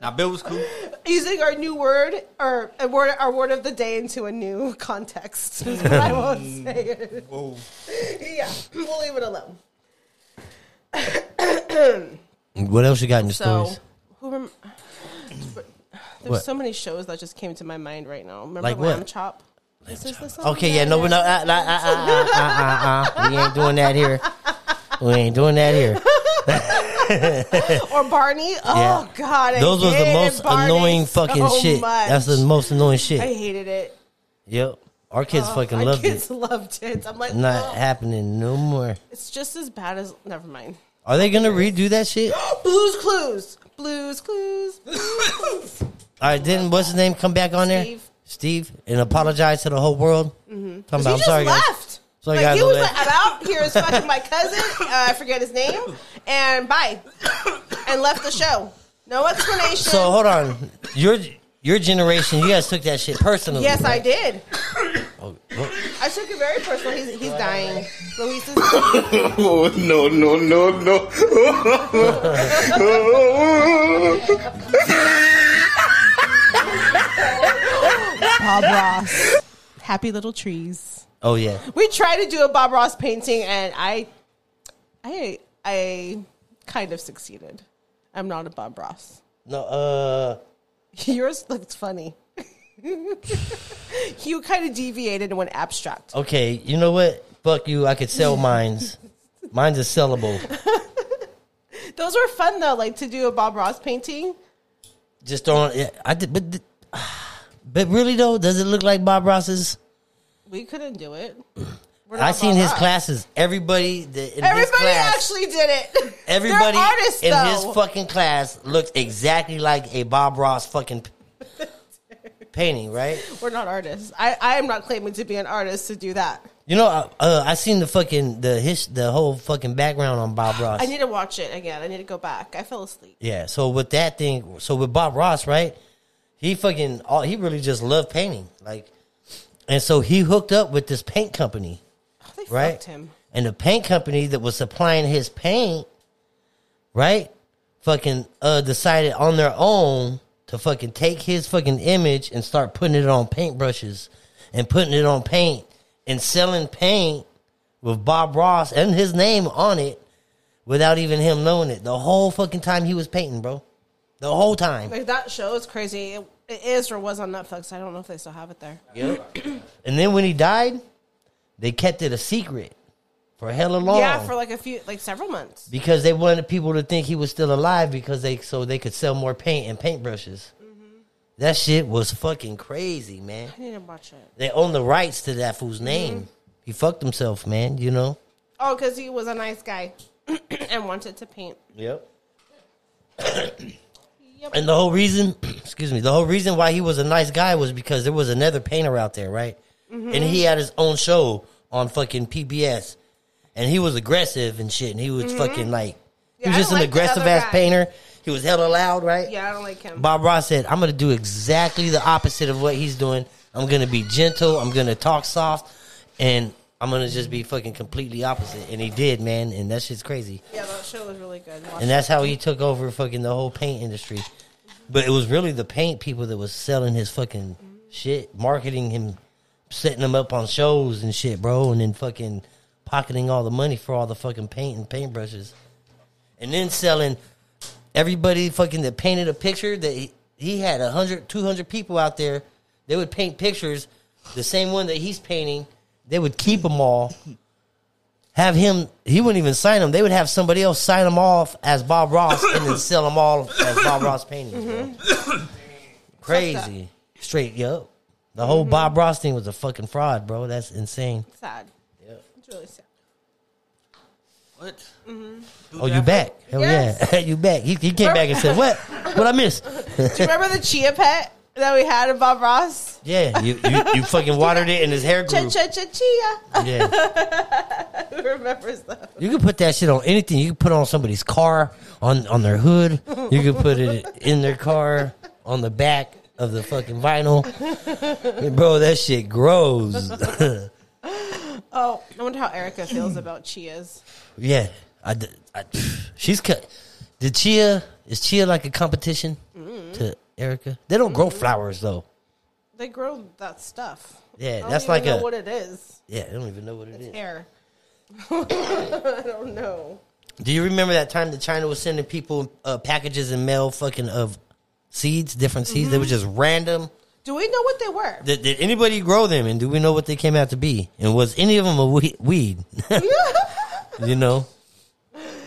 Now, Bill was cool. Using our new word or a word, our word of the day into a new context <laughs> is what I will Hmm. say. <laughs> Whoa. yeah, we'll leave it alone. What else you got in your So, stories? who rem- <sighs> there's What? so many shows that just came to my mind right now. Remember Like what? Lamb Chop? This is the song Okay, yeah, that no, we're not. Uh, uh, uh, uh, uh, uh, uh, we ain't doing that here. We ain't doing that here. or Barney. Oh Yeah. God, I Those was the hated most Barney annoying so fucking shit. much. That's the most annoying I shit. hated it. Oh, Yep. Our kids fucking My loved kids <laughs> it. loved it. I'm like, Not "Oh, happening no more. it's just as bad as. Never mind. Are they gonna redo that shit? All Blues Clues. Blues Clues. Blues. right, didn't what's his name come back on there? Steve. Steve and apologize to the whole world. Mm-hmm. Talking he about, I'm just sorry, guys. left. Sorry, like guys, he I was left. like, I'm out. Here's fucking my <laughs> cousin. Uh, I forget his name. And bye. And left the show. No explanation. So hold on, your your generation, you guys took that shit personally. yes, I right? did. Oh, oh. I took it very personal. He's, he's dying. Luis is <laughs> Oh no no no no! Bob Ross. Happy Little Trees. Oh, yeah. we tried to do a Bob Ross painting, and I, I, I kind of succeeded. I'm not a Bob Ross. <laughs> No, uh, Yours looked funny. <laughs> you kind of deviated and went abstract. Okay, you know what? Fuck you. I could sell mines. Mine's is sellable. Those were fun though, like to do a Bob Ross painting. Just don't. yeah, I did, but th- <sighs> but really though, does it look like Bob Ross's? We couldn't do it. We're not I seen Bob his Ross. classes. Everybody that in his Everybody class, actually did it. <laughs> everybody They're artists, in though. his fucking class looked exactly like a Bob Ross fucking p- <laughs> painting, right? we're not artists. I, I am not claiming to be an artist to do that. You know, uh, uh, I seen the fucking the his the whole fucking background on Bob Ross. I need to watch it again. I need to go back. I fell asleep. Yeah. So with that thing, so with Bob Ross, right? He fucking all he really just loved painting, like, and so he hooked up with this paint company, Oh, they right? fucked him. And the paint company that was supplying his paint, right? Fucking uh decided on their own to fucking take his fucking image and start putting it on paintbrushes and putting it on paint and selling paint with Bob Ross and his name on it without even him knowing it. The whole fucking time he was painting, bro. The whole time. Like that show is crazy. It, It is or was on Netflix. I don't know if they still have it there. Yep. and then when he died, they kept it a secret for hella long. Yeah, for like a few, like several months. because they wanted people to think he was still alive because they so they could sell more paint and paintbrushes. Mm-hmm. That shit was fucking crazy, man. I need to watch it. They own the rights to that Mm-hmm. fool's name. He fucked himself, man. You know. Oh, because he was a nice guy <clears throat> and wanted to paint. Yep. Yep. And the whole reason, <clears throat> excuse me, the whole reason why he was a nice guy was because there was another painter out there, right? Mm-hmm. And he had his own show on fucking PBS, and he was aggressive and shit, and he was fucking like, he Mm-hmm. Yeah, was I just don't an like the aggressive other ass guy. painter. He was hella loud, right? yeah, I don't like him. Bob Ross said, I'm going to do exactly the opposite of what he's doing. I'm going to be gentle. I'm going to talk soft. And I'm going to just be fucking completely opposite. And he did, man. And that shit's crazy. yeah, that show was really good. Watch And that's how he took over fucking the whole paint industry. But it was really the paint people that was selling his fucking shit, marketing him, setting him up on shows and shit, bro. And then fucking pocketing all the money for all the fucking paint and paintbrushes. And then selling everybody fucking that painted a picture that he, he had 100, 200 people out there. They would paint pictures, the same one that he's painting. They would keep them all have him. He wouldn't even sign them. They would have somebody else sign them off as Bob Ross and then sell them all as Bob Ross paintings. Bro. Crazy, straight yo. The whole Bob Ross thing was a fucking fraud, bro. That's insane. it. Sad. Yeah. It's really sad. What? Oh, you back? Hell Yes. yeah, <laughs> you back. He, he came back and said, "What? What I missed?" Do you <laughs> remember the chia pet that we had in Bob Ross? yeah, you, you you fucking watered it and his hair Cha grew. cha cha chia. <laughs> Yeah, Who remembers those? you can put that shit on anything. You can put it on somebody's car, on on their hood. You can put it in their car, on the back of the fucking vinyl. Bro, that shit grows. Oh, I wonder how <clears throat> Erica feels about chias. Yeah, I, d- I- she's cut. Did Chia is Chia like a competition Mm-hmm. to Erica? They don't grow flowers though. They grow that stuff. Yeah, I don't that's even like know a- what it is. Yeah, I don't even know what it is. Hair. I don't know. Do you remember that time that China was sending people uh, packages in mail, fucking of seeds, different seeds? Mm-hmm. They were just random. Do we know what they were? Did, did anybody grow them, and do we know what they came out to be? And was any of them a we- weed? <laughs> you know,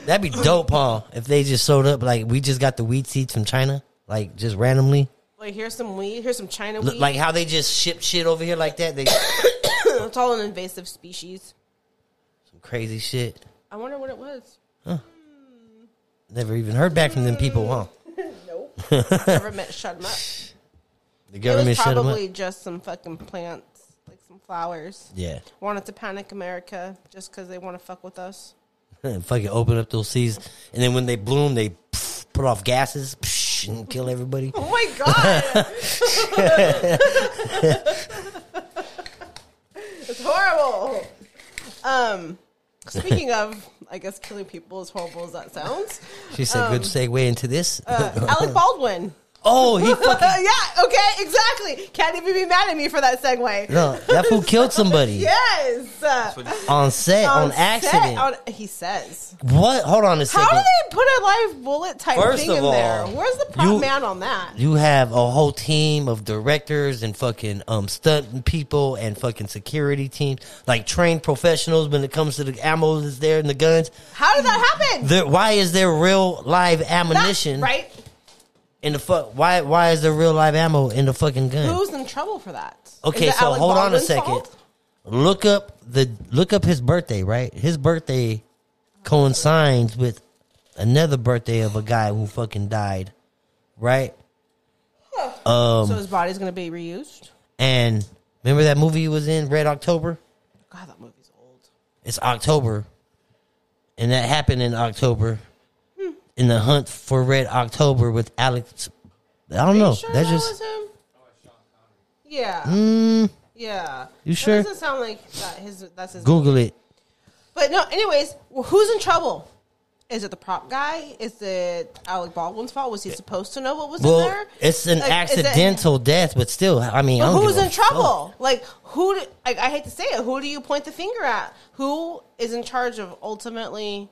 that'd be dope, huh? If they just showed up like we just got the weed seeds from China, like just randomly. Like here's some weed, here's some China Look, weed. like how they just ship shit over here like that. They <coughs> <laughs> it's all an invasive species. some crazy shit. I wonder what it was. Never even heard back from them people, huh? <laughs> Nope. Government shut them up. The It government was shut them up. probably just some fucking plants, like some flowers. Yeah, <laughs> Wanted to panic America just because they want to fuck with us. fucking open up those seas, and then when they bloom, they pff, put off gases psh, and kill everybody. Oh my <laughs> god, it's horrible. Um, speaking of, I guess killing people as horrible as <laughs> that sounds. She said, "Good segue into this." Um, Uh, Alec Baldwin. <laughs> oh, he fucking <laughs> yeah. Okay. Exactly. Can't even be mad at me for that segue. no, that fool <laughs> killed somebody Yes. Uh, on set on, set, accident. on- he says. what? Hold on a second. How do they put a live bullet type First thing of in there? all, Where's the prop you- man on that? You have a whole team of directors and fucking um stunt people and fucking security teams, like trained professionals when it comes to the ammo that's there and the guns. How did that happen? There, why is there real live That- ammunition right? in the fuck? Why why is there real live ammo in the fucking gun? Who's in trouble for that? Is Okay, it so Alec hold on a Baldwin's second. fault? Look up the look up his birthday, right? His birthday coincides with another birthday of a guy who fucking died, right? Um, so his body's gonna be reused. And remember that movie he was in, Red October? God, that movie's old. it's October, and that happened in October, in the hunt for Red October with Alex. I don't know. You sure That's that just Hmm. was him. Yeah. Yeah. You sure? That doesn't sound like that. His that's his. Google it. But no. Anyways, well, who's in trouble? Is it the prop guy? Is it Alec Baldwin's fault? Was he supposed to know what was in Well, there? it's an Like, is it- accidental death, but still, I mean, I But don't who's give a in trouble? Like who? Do, like I hate to say it. Who do you point the finger at? Who is in charge of ultimately?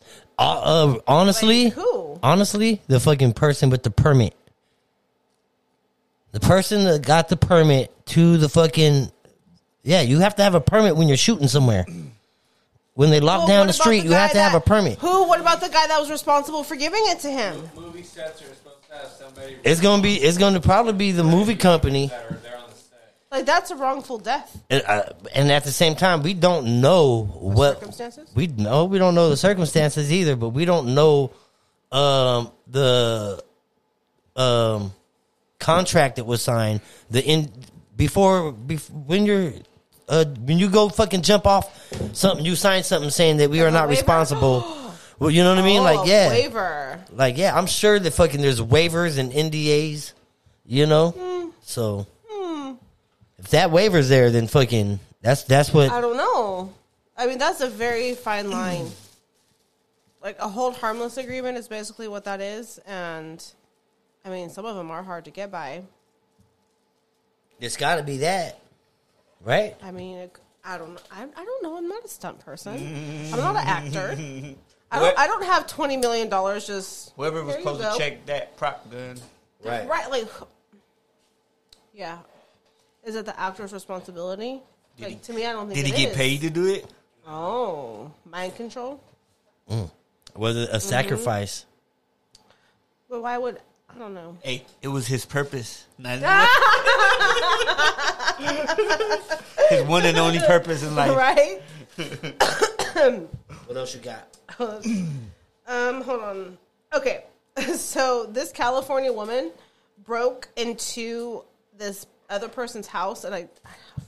fuck. Uh, uh, honestly, Like, who? honestly, the fucking person with the permit. The person that got the permit to the fucking yeah, you have to have a permit when you're shooting somewhere. When they lock Well, down what the about street, you guy have to have a that- permit. Who? What about the guy that was responsible for giving it to him? Movie sets are supposed to have somebody It's gonna be. It's gonna probably be the movie company. that are there on the set. Like that's a wrongful death. And, uh, and at the same time, we don't know what circumstances? we know. We don't know the circumstances either, but we don't know um, the um, contract that was signed. The in before, bef when you're uh, when you go fucking jump off something, you sign something saying that we are a not waiver? responsible. <gasps> well, you know what I mean? Oh, like a yeah, waiver. like yeah. I'm sure that fucking there's waivers and NDAs. You know, Hmm. so if that waiver's there, then fucking that's that's what I don't know. I mean, that's a very fine line. <clears throat> like a hold harmless agreement is basically what that is, and I mean, some of them are hard to get by. It's got to be that, right? I mean, it- I don't, I, I don't know. I'm not a stunt person. I'm not an <laughs> actor. I What? don't, I don't have twenty million dollars. Just Whoever was "Here you supposed to go." check that prop gun. Right. right? Like, yeah, is it the actor's responsibility? like he- to me, I don't think. Did he it get is. paid to do it? Oh, mind control. Was it Mm-hmm. a <laughs> sacrifice? But why would I don't know? Hey, it was his purpose. Ah! Not- his one and only purpose in <laughs> life. right? What else you got? Um, hold on. Okay, <laughs> so this California woman broke into this other person's house, and I,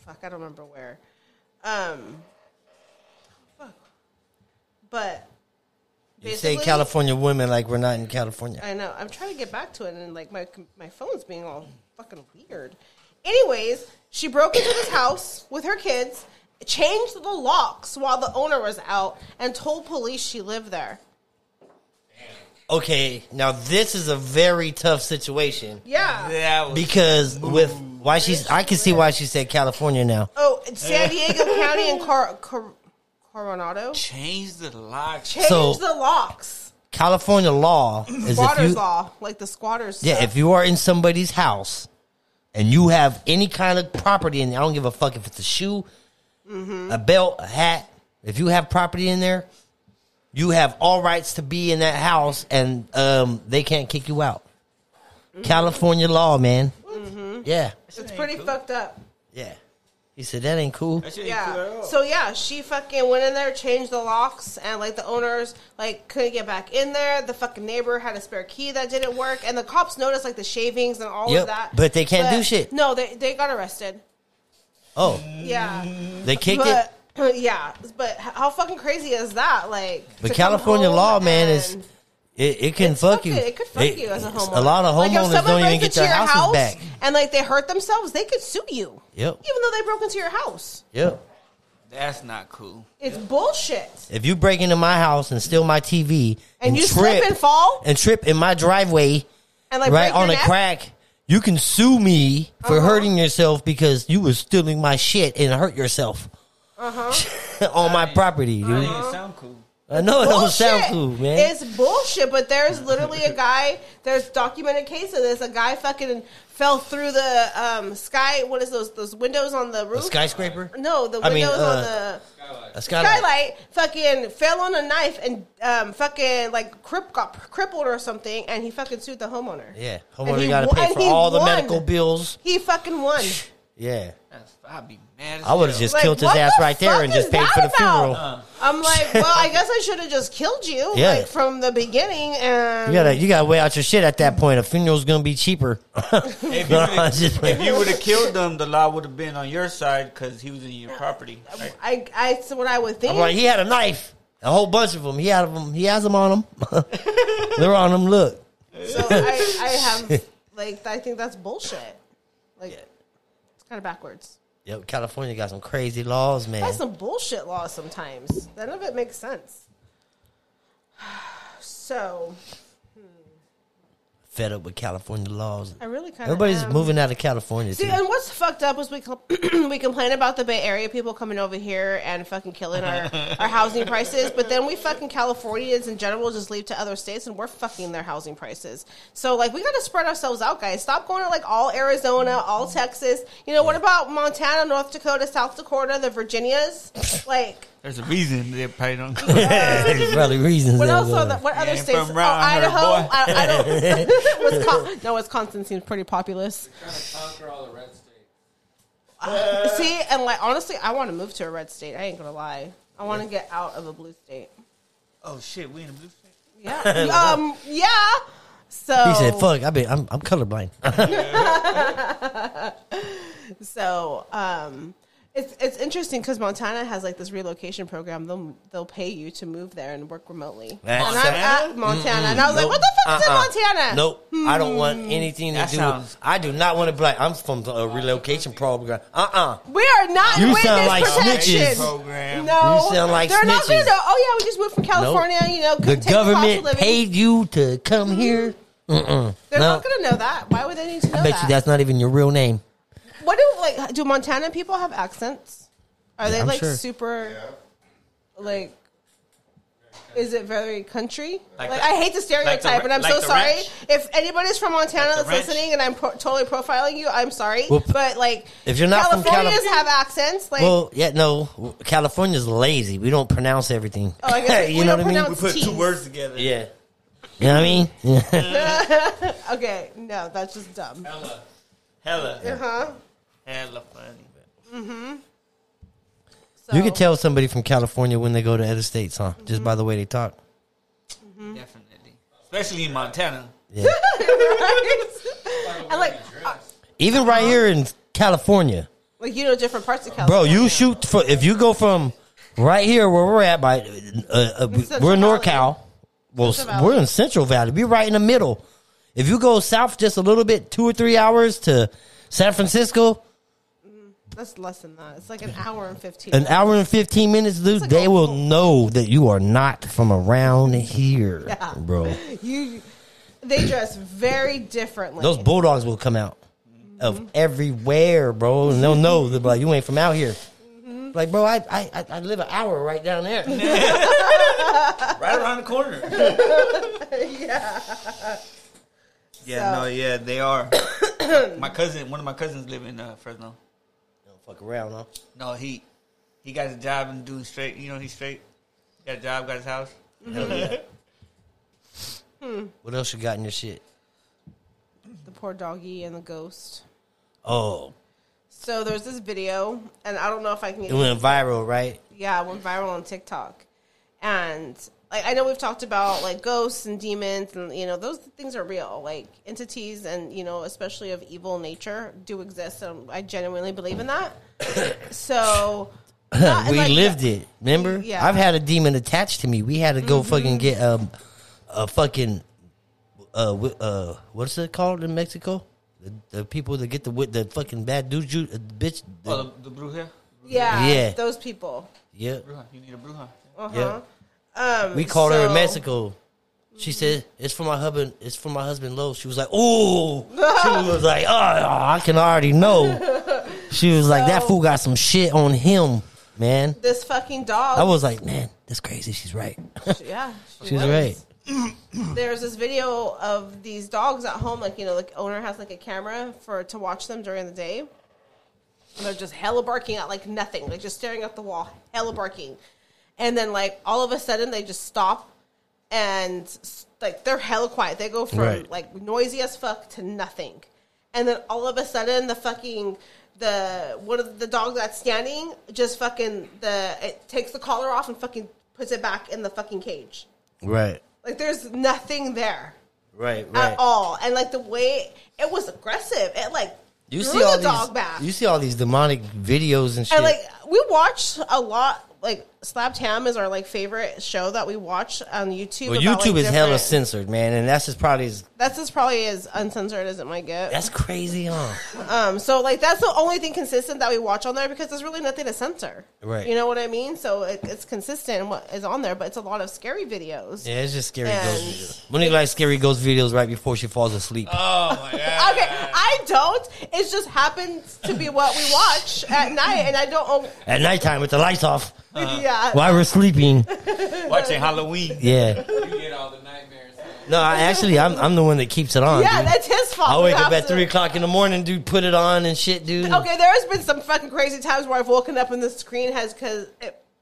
fuck, I don't remember where. Um, fuck. But You say California women like we're not in California. I know. I'm trying to get back to it, and like my my phone's being all fucking weird. Anyways, she broke into this house with her kids, changed the locks while the owner was out, and told police she lived there. Okay, now this is a very tough situation Yeah. That was because with why she's I can see why she said California now. Oh, it's San Diego County and Cor- Cor- Coronado change the lock. changed So- the locks. California law is if Squatters you law, like the squatters. yeah if you are in somebody's house and you have any kind of property and I don't give a fuck if it's a shoe, a belt, a hat. If you have property in there, you have all rights to be in that house, and um, they can't kick you out. California law, man. Mm-hmm. Yeah, it's pretty fucked up. yeah. He said that ain't cool. That shit ain't cool at Yeah. all. So yeah, she fucking went in there, changed the locks, and like the owners like couldn't get back in there. The fucking neighbor had a spare key that didn't work, and the cops noticed like the shavings and all Yep, of that. but they can't do shit. No, they they got arrested. Oh, Yeah. they kicked it. But <laughs> yeah, but how fucking crazy is that? Like, But to come California home law, man, is and- it, it can It's fuck fucking- you. It could fuck you as a homeowner. A lot of Like, if homeowners someone don't even breaks get into their your houses house back. And like they hurt themselves, they could sue you. Yep. Even though they broke into your house, Yep. That's not cool. it's bullshit. If you break into my house and steal my TV And you slip and fall? and trip in my driveway And like right break your on a neck, crack, you can sue me for Uh-huh. hurting yourself because you were stealing my shit and hurt yourself <laughs> on my property, dude. That didn't sound cool. I know it don't sound Uh-huh. bullshit. cool, man. It's bullshit, but there's literally a guy, there's documented case of this. A guy fucking fell through the um, sky, what is those those windows on the a roof? skyscraper, no, the I mean, windows on uh, the a skylight. skylight fucking fell on a knife and um, fucking like crip got crippled or something, and he fucking sued the homeowner. Yeah, And homeowner he got to won- pay and for he all the won. medical bills. He fucking won. Yeah, That's, I'd be mad. As I would have hell. just Like, killed his what ass the right there fuck and just is paid that for the about? funeral. I'm like, well, I guess I should have just killed you, Yeah. like from the beginning, and You gotta you gotta weigh out your shit at that point. A funeral's gonna be cheaper. If you <laughs> No, would've- I'm just if playing. you would have killed them, the law would have been on your side because he was in your property. Like, I, I, that's what I would think. I'm like, he had a knife, a whole bunch of them. He had them. He has them on him. <laughs> They're on him. Look, <laughs> So I, I have like I think that's bullshit. Like it's kind of backwards. yep. California got some crazy laws, man. That's some bullshit laws sometimes. None of it <sighs> makes sense. So fed up with California laws. I really kind of Everybody's moving out of California. See, too. and what's fucked up is we com- <clears throat> we complain about the Bay Area people coming over here and fucking <laughs> killing our, our housing prices, but then we fucking Californians in general just leave to other states and we're fucking their housing prices. So like we got to spread ourselves out, guys. Stop going to like all Arizona, all Texas. You know what about Montana, North Dakota, South Dakota, the <laughs> Virginias? like There's a reason they probably don't. There's probably reasons. uh, what they else? go Are the, there. what You other ain't states? from Oh, around here, Idaho. boy. I, I <laughs> don't. <laughs> Wisconsin, no, Wisconsin seems pretty populous. Trying to conquer all the red states. See, and like honestly, I want to move to a red state. I ain't gonna lie. I want to get out of a blue state. <laughs> oh shit, we in the blue state. <laughs> Yeah. um. Yeah. So He said, "Fuck, I mean, I'm I'm <laughs> colorblind." <laughs> So um, it's it's interesting because Montana has like this relocation program. They'll they'll pay you to move there and work remotely. That's- and I'm at Montana, and I was like, Nope. what the fuck Uh-uh. is in Montana? Hmm. Nope. I don't want anything to That do. sounds- with I do not want to be like I'm from a relocation program. Uh uh We are not. You in witness sound like protection. snitches. Program. No, You sound like they're not gonna snitches. know. Oh yeah, we just moved from California. You know, The take cost of government living. paid you to come Mm-hmm. here. They're no. not gonna know that. Why would they need to know I bet that? you that's not even your real name. What do like do Montana people have accents? Are they I'm like sure. super like is it very country? Like, Like I the- hate the stereotype, like the and I'm like so the sorry. ranch? If anybody's from Montana Like the that's ranch? listening, and I'm pro- totally profiling you, I'm sorry. Well, but like, if you're not from Californians Calif- have accents. Like, Well, yeah, no. California's lazy. We don't pronounce everything. Oh, <laughs> I guess we- we don't I pronounce- We put Jeez. two words together. Yeah. You know what I mean? Yeah. okay, no, that's just dumb. Ella. Hella, Huh? hella funny. So, You can <laughs> tell somebody from California when they go to other states, huh? Just by the way they talk. Definitely, especially in Montana. Yeah. and like, uh, Even right here in California, like you know, different parts of bro. California. You shoot for if you go from right here where we're at by uh, uh, we- Central we're in Valley. NorCal. Well, Central Valley. we're in Central Valley. We're right in the middle. If you go south just a little bit, two or three hours to San Francisco, That's less than that. It's like an hour and fifteen. an hour and fifteen minutes, dude, like they a- will know that you are not from around here, Yeah. bro. You, they dress very differently. Those bulldogs will come out of everywhere, bro, and they'll know that like you ain't from out here. Like, bro, I, I I- I live an hour right down there. right around the corner. yeah. Yeah, So- no, yeah, they are. my cousin, one of my cousins live in uh, Fresno. Don't fuck around, huh? No, he he got a job and doing straight. You know, he's straight. Got a job, got his house. What else you got in your shit? the poor doggy and the ghost. Oh, So there's this video, and I don't know if I can. it went viral, right? yeah, it went viral on TikTok, and like I know we've talked about like ghosts and demons, and you know those things are real. Like entities, and you know especially of evil nature do exist, and I genuinely believe in that. so not <coughs> in, we like, lived the- it. Remember? Yeah. Mm-hmm. I've had a demon attached to me. We had to go fucking get um, a fucking uh, wi- uh, what's it called in Mexico? The, the people that get the wi- the fucking bad dude, ju- uh, bitch. the- Oh, the, the bruja. Yeah, Yeah. those people. yeah, Bruja, you need a bruja. Uh huh. yeah. Um, We called her in so- Mexico. She said, "It's for my husband. It's for my husband, Lowe." She was like, "Oh!" She was like, "Oh, I can already know." <laughs> She was like, "That So- fool got some shit on him, man." This fucking dog. I was like, "Man, that's crazy." She's right. yeah, she She's was. right. There's this video of these dogs at home, like you know, the owner has like a camera for to watch them during the day. And they're just hella barking at like nothing, like just staring at the wall, hella barking, and then like all of a sudden they just stop and s- like they're hella quiet. They go from Right. like noisy as fuck to nothing, and then all of a sudden the fucking the one of the dog that's standing just fucking the it takes the collar off and fucking puts it back in the fucking cage. Right. Like there's nothing there Right. at all, and like the way it was aggressive, it like You threw see all the dog these. back, You see all these demonic videos and shit. and like we watched a lot. Like Slap Tam is our like favorite show that we watch on YouTube. Well, about, YouTube like, is hella different- censored, man, and that's just probably as, That's as probably as uncensored as it might get. that's crazy, huh? Um, so like that's the only thing consistent that we watch on there because there's really nothing to censor. Right. You know what I mean? So it, it's consistent in what is on there, but it's a lot of scary videos. Yeah, it's just scary And- ghost videos. Monique likes scary ghost videos right before she falls asleep. Uh, Oh my <laughs> god. Okay, I don't. It just happens to be what we watch at night, and I don't. At nighttime with the lights off <laughs> yeah. while we're sleeping. Watching Halloween. Yeah. You get all the nightmares. No, I <laughs> actually, I'm, I'm the one that keeps it on. Yeah, dude. that's his fault. I wake up at Absolutely. three o'clock in the morning, dude. Put it on and shit, dude. Okay, there has been some fucking crazy times where I've woken up and the screen has because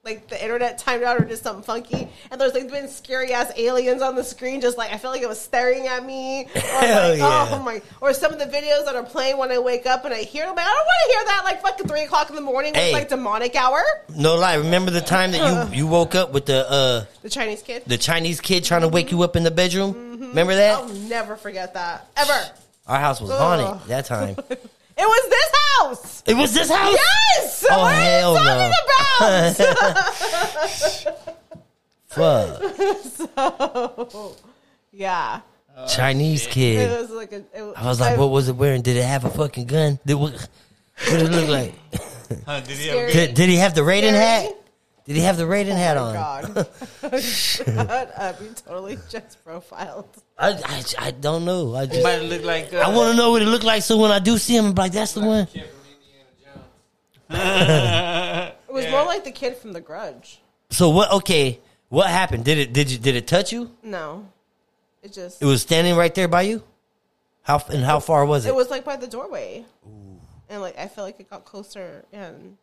like the internet timed out or did something funky, and there's like been scary ass aliens on the screen, just like I feel like it was staring at me. <laughs> Or, Hell like, yeah. Oh my! Or some of the videos that are playing when I wake up and I hear them, like I don't want to hear that like fucking three o'clock in the morning with Hey. like demonic hour. No lie. Remember the time that you <laughs> you woke up with the uh The Chinese kid. the Chinese kid trying to wake you up in the bedroom? Mm-hmm. Remember that? I'll never forget that ever. Our house was Oh. Ugh. haunted that <laughs> time. It was this house. It was this house. Yes. Oh, what hell are you no. talking <laughs> about? Fuck. yeah. Chinese It kid. was like a. It, I was like, what was it wearing? Did it have a fucking gun? Did, what, what did it look <laughs> like? Huh, did he Scary. ever Did, did he have the Raiden Scary. hat? <laughs> Oh Did he have the Raiden hat on? <laughs> God. Oh, <laughs> Shut up. You totally just profiled. I, I I don't know. I just might look like uh, I want to know what it looked like. So when I do see him, I'm like, that's the one. Kid from Indiana Jones. It was more like the kid from The Grudge. So what? Okay, what happened? Did it did you did it touch you? No. It just. It was standing right there by you. How and how far was it? It was like by the doorway. And like, I feel like it got closer. And.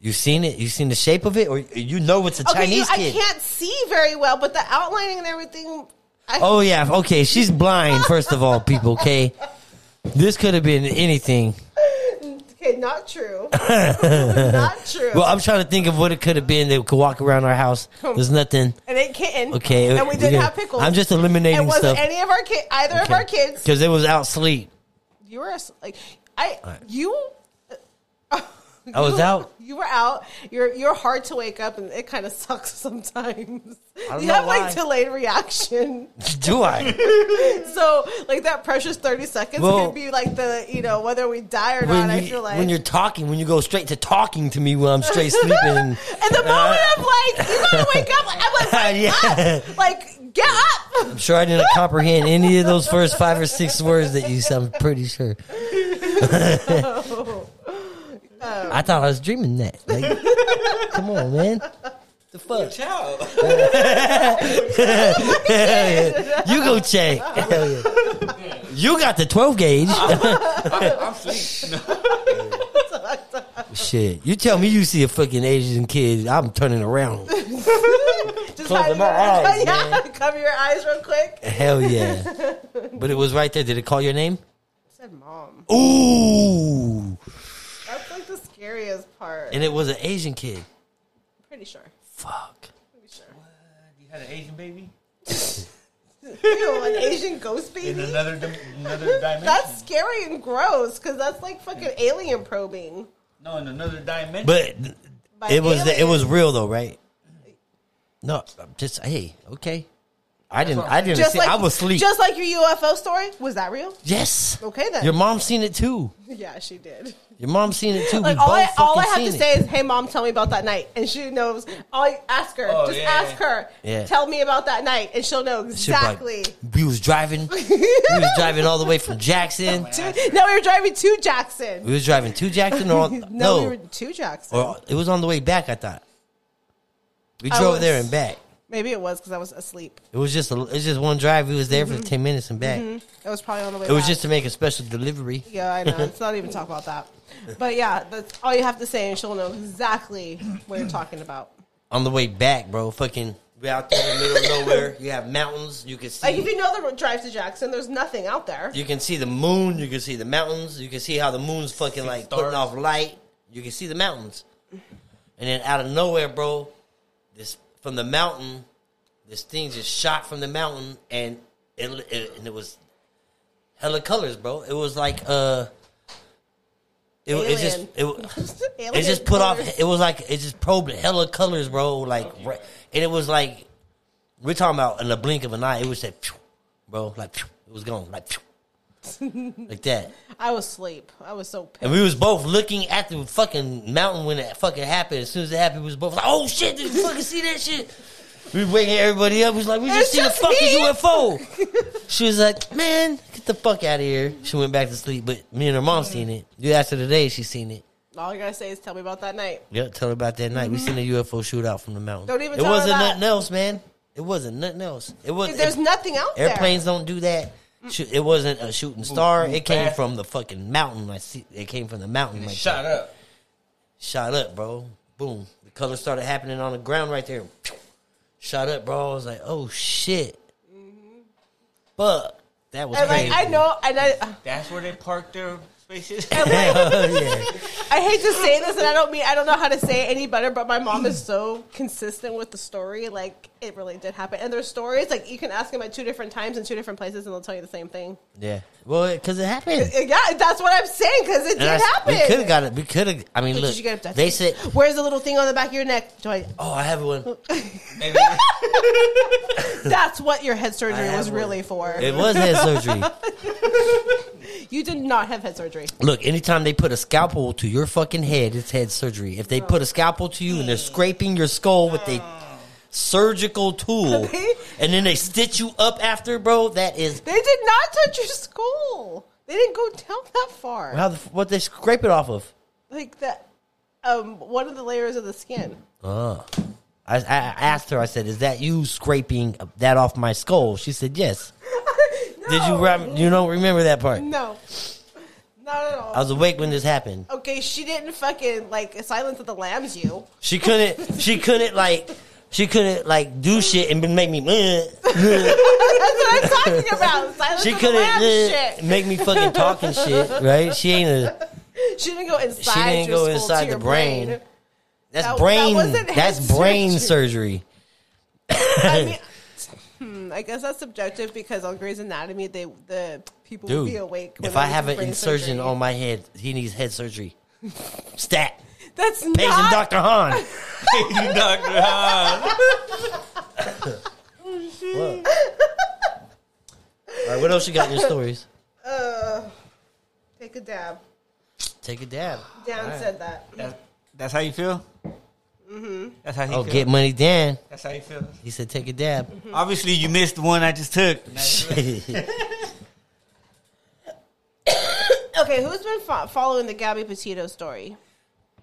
you seen it? You seen the shape of it, or you know it's a Okay, you, Chinese I kid? can't see very well, but the outlining and everything. I, Oh yeah. Okay, she's blind. First of all, people. Okay, this could have been anything. Okay, <laughs> not true. <laughs> not true. Well, I'm trying to think of what it could have been that could walk around our house. There's nothing. and it kitten. Okay, And we didn't yeah. have pickles. I'm just It eliminating wasn't stuff any of our kid, either of our kids. because it was out sleep. <laughs> You were as- like, I you. <laughs> I was you- out. You were out. You're you're hard to wake up, and it kind of <laughs> sucks sometimes. don't you know have why. like delayed reaction, <laughs> Do I? so like that precious thirty seconds Well- could be like the you know whether we die or when not. you, I feel like when you're talking, when you go straight to talking to me when I'm <laughs> straight sleeping. and the uh, moment I'm like, you <laughs> gotta wake up. I'm like, wake Yeah. up. like get up. <laughs> I'm sure I didn't comprehend any of those first five or six words that you said. I'm pretty <laughs> sure. Oh. I thought I was dreaming that. Like, come on, man. The fuck? <laughs> child? You go check. Hell yeah. You got the 12 gauge. Oh. I'm sleep. No, <laughs> Shit. You tell me you see a fucking Asian kid, I'm turning around. Just Closing hide my your- eyes, <laughs> Yeah, cover your eyes real quick. <laughs> I Hell yeah. But it was right there. Did it call your name? said, mom, Ooh. that's like the scariest part. And it was an Asian kid. Pretty sure. Fuck. Pretty sure. You had an Asian baby Ew, <laughs> an Asian ghost in baby? another dim- another <laughs> dimension. That's scary and gross because that's like fucking alien probing. no, in another dimension. But By it was it alien. was real though, right? No, I'm just hey, okay. I didn't I didn't just see like I was asleep. Just like your UFO story, was that real? yes. Okay then. Your mom seen it too. yeah, she did. Your mom seen it too. Like we all both I, all I fucking have to seen say it. is, "Hey, mom, tell me about that night," and she knows. All I ask her, Oh, just yeah, ask yeah. her. Yeah. Tell me about that night, and she'll know She was like, exactly. we was driving. <laughs> we was driving all the way from Jackson. Dude, no, we were driving to Jackson. We was driving to Jackson <laughs> or no, no. we were to Jackson. or it was on the way back, I thought. We I drove was- there and back. Maybe it was because I was asleep. It was just a, it's just one drive. We was there Mm-hmm. for 10 minutes and back. It was probably on the way. It was back. just to make a special delivery. Yeah, I know. Let's not even talk about that. But yeah, that's all you have to say, and she'll know exactly what you're talking about. on the way back, bro. Fucking we out there in the middle of nowhere. You have mountains. You can see. Like, if you know the drive to Jackson, there's nothing out there. you can see the moon. You can see the mountains. You can see how the moon's fucking like putting stars. off light. You can see the mountains. And then out of nowhere, bro, this from the mountain, this thing just shot from the mountain, and it, it and it was hella colors, bro. It was like uh, It, it just it, w- Alien it just put off. colors. It was like it just probed hella colors, bro. Like, right- and it was like we're talking about in the blink of an eye. It was that, phew, bro. Like phew, it was gone, like <laughs> phew. like that. I was asleep. I was so pissed. And we was both looking at the fucking mountain when it fucking happened. As soon as it happened, we was both like, "Oh shit! Did you fucking see that shit?" We waking everybody up. We was like, "We just It's seen a just fucking me. UFO." she was like, "Man, get the fuck out of here." She went back to sleep, but me and her mom seen it. Yeah, after the day, she seen it. All you gotta say is tell me about that night. Yep, tell her about that night. We seen a UFO shootout from the mountain. Don't even It tell her wasn't that. nothing else, man. It wasn't nothing else. It was There's nothing out there. airplanes don't do that. Shoot- It wasn't a shooting star. ooh, It came bad. from the fucking mountain. I see. It came from the mountain. Like Shut that. up. Shot up, bro. Boom. The color started happening on the ground right there. Shot up, bro. I was like, oh shit. But that was And like crazy. I know, and I <laughs> That's where they park their spaces. <laughs> yeah. I hate to say this, and I don't mean I don't know how to say it any better, but my mom is so consistent with the story. Like it really did happen, and there's stories like you can ask them at two different times in two different places, and they'll tell you the same thing. Yeah. Well, because it happened. Yeah, that's what I'm saying because it did And I- happen. We could have got it. We could have. I mean, Did look. you get abducted? they said, "Where's the little thing on the back of your neck?" Do I, <coughs> oh, I have one. Maybe that's what your head surgery have was one. really for. It was head surgery. You did not have head surgery. Look, anytime they put a scalpel to your fucking head, it's head surgery. If they put a scalpel to you and they're scraping your skull with a surgical tool and then they stitch you up after, bro, that is They did not touch your skull. They didn't go down that far. how the, f- what they scrape it off of. like that, um, one of the layers of the skin. Uh. I, I I asked her, I said, is that you scraping that off my skull? She said, yes. Did you rem- you don't remember that part? No, not at all. I was awake when this happened. okay, she didn't fucking like Silence of the Lambs. You. She couldn't. She couldn't like. She couldn't like do shit and make me. "Uh, uh." That's what I'm talking <laughs> about. Silence She of the couldn't Lambs uh, shit. make me fucking talk and shit. Right? She ain't a. She didn't go inside. She didn't your go skull to inside your the brain. That's That- that brain. wasn't head that's brain surgery. surgery. I mean, Eh. hmm, I guess that's subjective because on Grey's Anatomy, they the people will Dude, be awake. when if they I do have an brain insertion surgery. on my head, he needs head surgery. <laughs> Stat. that's Page and not Dr. <laughs> Han. you Dr. <laughs> Hahn. Oh, All right, what else you got in your stories? Take a dab. Take a dab. Dan said that. That's, that's how you feel? Mm-hmm. That's how you Oh, feel. get money, Dan. That's how you feel. He said, take a dab. <laughs> Uh, Obviously, you missed the one I <laughs> just took. Okay, who's been fo- following the Gabby Petito story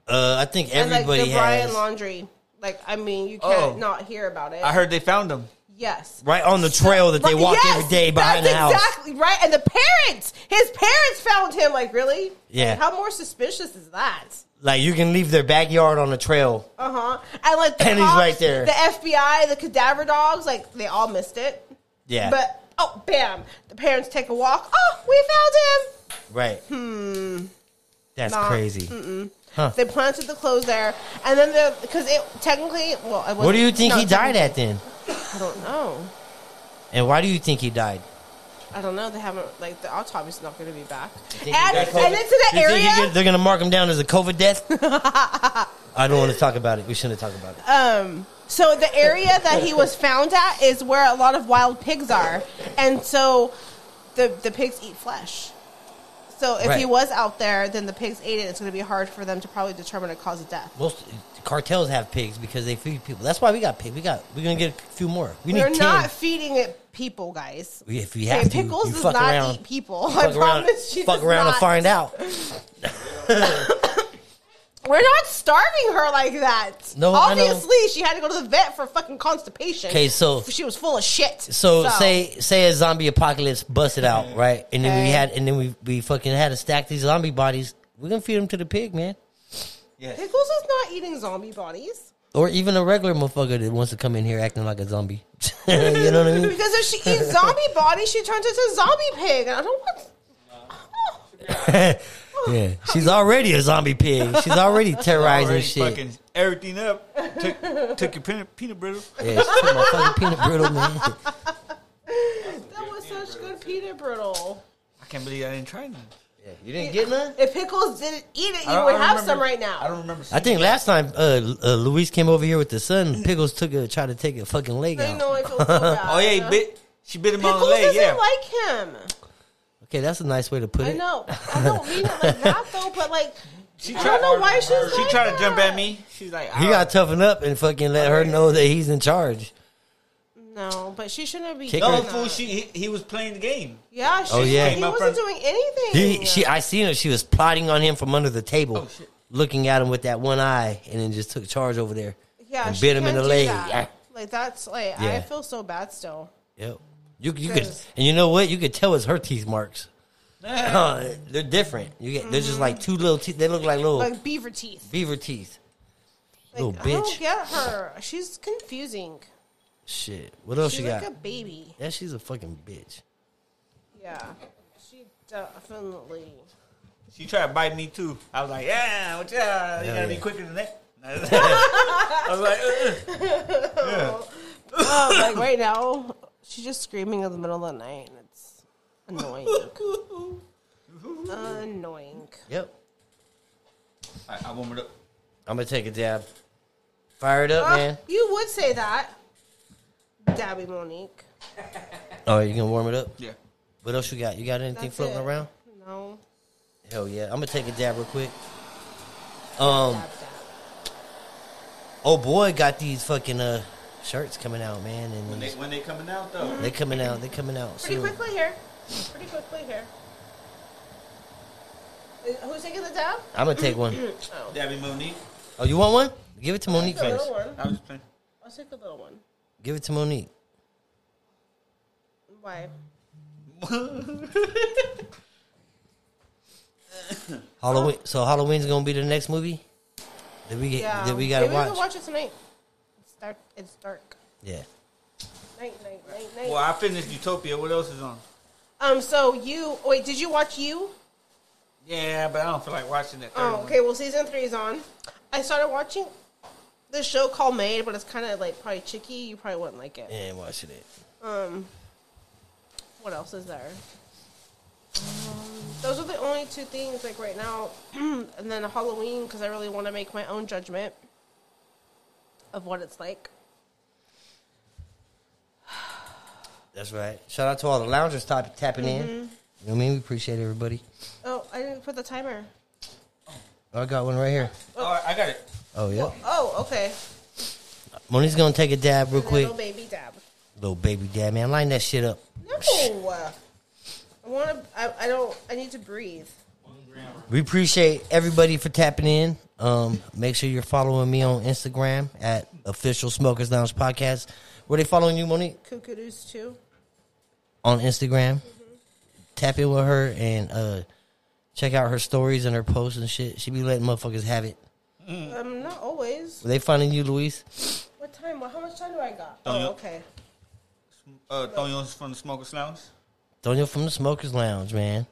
uh, I think and like everybody the has. Brian Laundry? Like, I mean, you Oh. can't not hear about it. I heard they found them. yes. Right on the trail that they Right, walk yes, every day behind that's the house. Exactly right. And the parents, his parents found him. Like, really? Yeah. Like, how more suspicious is that? Like you can leave their backyard on the trail. Uh huh. And like, the And he's cops, right there. The FBI, the cadaver dogs, like they all missed it. Yeah. But oh, bam! The parents take a walk. Oh, we found right. him. Hmm. That's Nah. crazy. They planted the clothes there, and then the because it technically, well, it What do you think he died at then? I don't know. And why do you think he died? I don't know. They haven't like the autopsy's not going to be back, and think he and got into COVID? the You think he area. get- they're gonna mark him down as a COVID <laughs> death? I don't want to talk about it. We shouldn't talk about it. Um, so the area that he was found at is where a lot of wild pigs are, and so the the pigs eat flesh. So if he Right. was out there, then the pigs ate it. It's going to be hard for them to probably determine a cause of death. Most cartels have pigs because they feed people. That's why we got pig. We got. We're gonna get a few more. We need They're ten. not feeding it people, guys. if you Okay, have to, pickles you does fuck not around. eat people. I Fuck promise around. you. Fuck does around not. and find out. We're not starving her like that. No, I know. obviously she had to go to the vet for fucking constipation. 'Kay, so- she was full of shit. So, say say a zombie apocalypse busted out, right? And then we Okay. had and then we we fucking had to stack these zombie bodies. We're gonna feed them to the pig, man, Yes. pickles is not eating zombie bodies or even a regular motherfucker that wants to come in here acting like a zombie. <laughs> you know what I mean? because if she <laughs> eats zombie bodies, she turns into a zombie pig, and I don't Oh, want. <laughs> yeah, she's already a zombie pig. She's already terrorizing Already shit. fucking everything up. <laughs> Took, took your peanut, peanut brittle. Yeah, she took my fucking peanut brittle, man. That was such good peanut brittle. I can't believe I didn't try them. You didn't get none. If Pickles didn't eat it, I you don't- would I have don't some remember- right now. I don't remember. I seeing think it. last time uh, uh, Luis came over here with the son, Pickles took a try to take a fucking leg They out. know it feels so bad. <laughs> Oh yeah, he bit. She bit him on the Pickles leg. doesn't Yeah. like him. Okay, that's a nice way to put I it. know. I don't mean it like <laughs> that though, but like she I tried- don't know why she's She like tried to that. jump at me. She's like, He "Ow." got to toughen up and fucking let her know that he's in charge. No, but she shouldn't be. Kick No doing her. that. Oh, fool. She he, he was playing the game. Yeah, she. Oh, yeah. He My wasn't friend- doing anything. He, she, I seen her. She was plotting on him from under the table, Oh, shit. looking at him with that one eye, and then just took charge over there. yeah, and she bit him in the can't do leg. that. Yeah. Like that's like Yeah. I feel so bad still. Yep. You you could, Cause- and you know what? You could tell it's her teeth marks. <laughs> Uh, they're different. You get they're just like two little teeth. They look like Oh. little Mm-hmm. Like beaver teeth. beaver teeth. Like, little I don't bitch. get her. She's confusing. Shit. What else She's you like got? a baby. yeah, she's a fucking bitch. Yeah, she definitely. She tried to bite me too. I was like, yeah, what ya? You Hell gotta be yeah. quicker than that. <laughs> I <laughs> was like, "Uh, uh." <coughs> Oh, like right now, she's just screaming in the middle of the night. And it's <laughs> annoying. uh. annoying. Yep. All right, I warm it up. I'm gonna take a dab. Fire it up, Uh, man. you would say that, Dabby Monique. Oh, you gonna warm it up? Yeah. What else you got? You got anything That's floating it. around? No. Hell yeah. I'm gonna take a dab real quick. Um. Dab, dab. Oh boy, got these fucking uh shirts coming out, man, When and they they, when they coming out though. coming out. They coming out Pretty soon. quickly here. Pretty quickly here. Uh, Who's taking the dab? I'm gonna take one. Oh. Dabby Monique. Oh, you want one? Give it to Take Monique the first. little one. I was just playing. I'll take the little one. Give it to Monique. Why? Halloween. So Halloween's gonna be the next movie that we get, Yeah. that we gotta Maybe watch. We can watch it tonight. It's dark. It's dark. Yeah. Night, night, night, night. Well, I finished Utopia. What else is on? Um. So you wait. Did you watch you? Yeah, but I don't feel like watching that. third Oh, one. okay. Well, season three is on. I started watching this show called Made, but it's kind of like probably chicky. You probably wouldn't like it. And watching it. Um, what else is there? Um, those are the only two things like right now, <clears throat> and then Halloween because I really want to make my own judgment of what it's like. That's right. Shout out to all the loungers tap, tapping Mm-hmm. in. You know what I mean? We appreciate everybody. Oh, I didn't put the timer. Oh, I got one right here. All right, I got it. Oh yeah. Oh, okay. Monique's gonna take a dab real quick. Little baby dab. Little baby dab, man. Line that shit up. No, I want to. I, I don't. I need to breathe. We appreciate everybody for tapping in. Um, make sure you're following me on Instagram at official smokers lounge podcast. Where they following you, Monique? Cuckoos too. on Instagram. Mm-hmm. Tap in with her and uh, check out her stories and her posts and shit. She be letting motherfuckers have it. Um, not always. Were they finding you, Luis? What time? Well, how much time do I got? Don't Oh, know. okay. Uh, Tonyo's from the Smokers Lounge. Donio from the Smokers Lounge, man.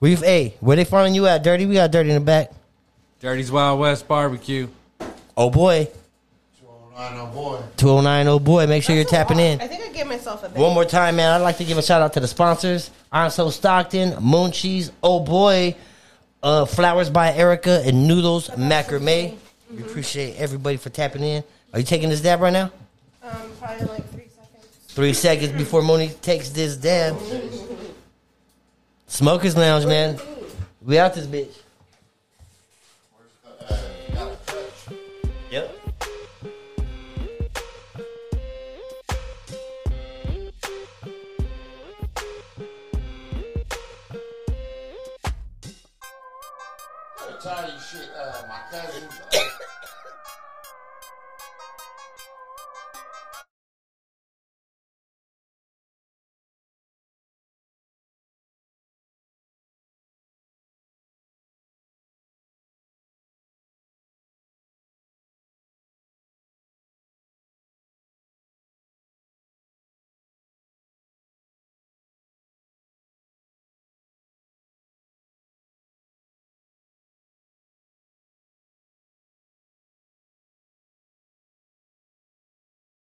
We've hey, where they finding you at, Dirty? We got Dirty in the back. Dirty's Wild West Barbecue. Oh boy, I know, boy. two oh nine. Oh boy, make sure That's a you're tapping lot. in. I think I gave myself a bit. One more time, man. I'd like to give a shout out to the sponsors: I'm So Stockton, Moon Cheese, Oh Boy, uh, Flowers by Erica, and Noodles Macrame. We appreciate everybody for tapping in. Are you taking this dab right now? Um, probably like three seconds. Three seconds before Monique takes this dab. Smokers Lounge, man. We out this bitch. Yep. Italian shit, uh, my cousin, uh,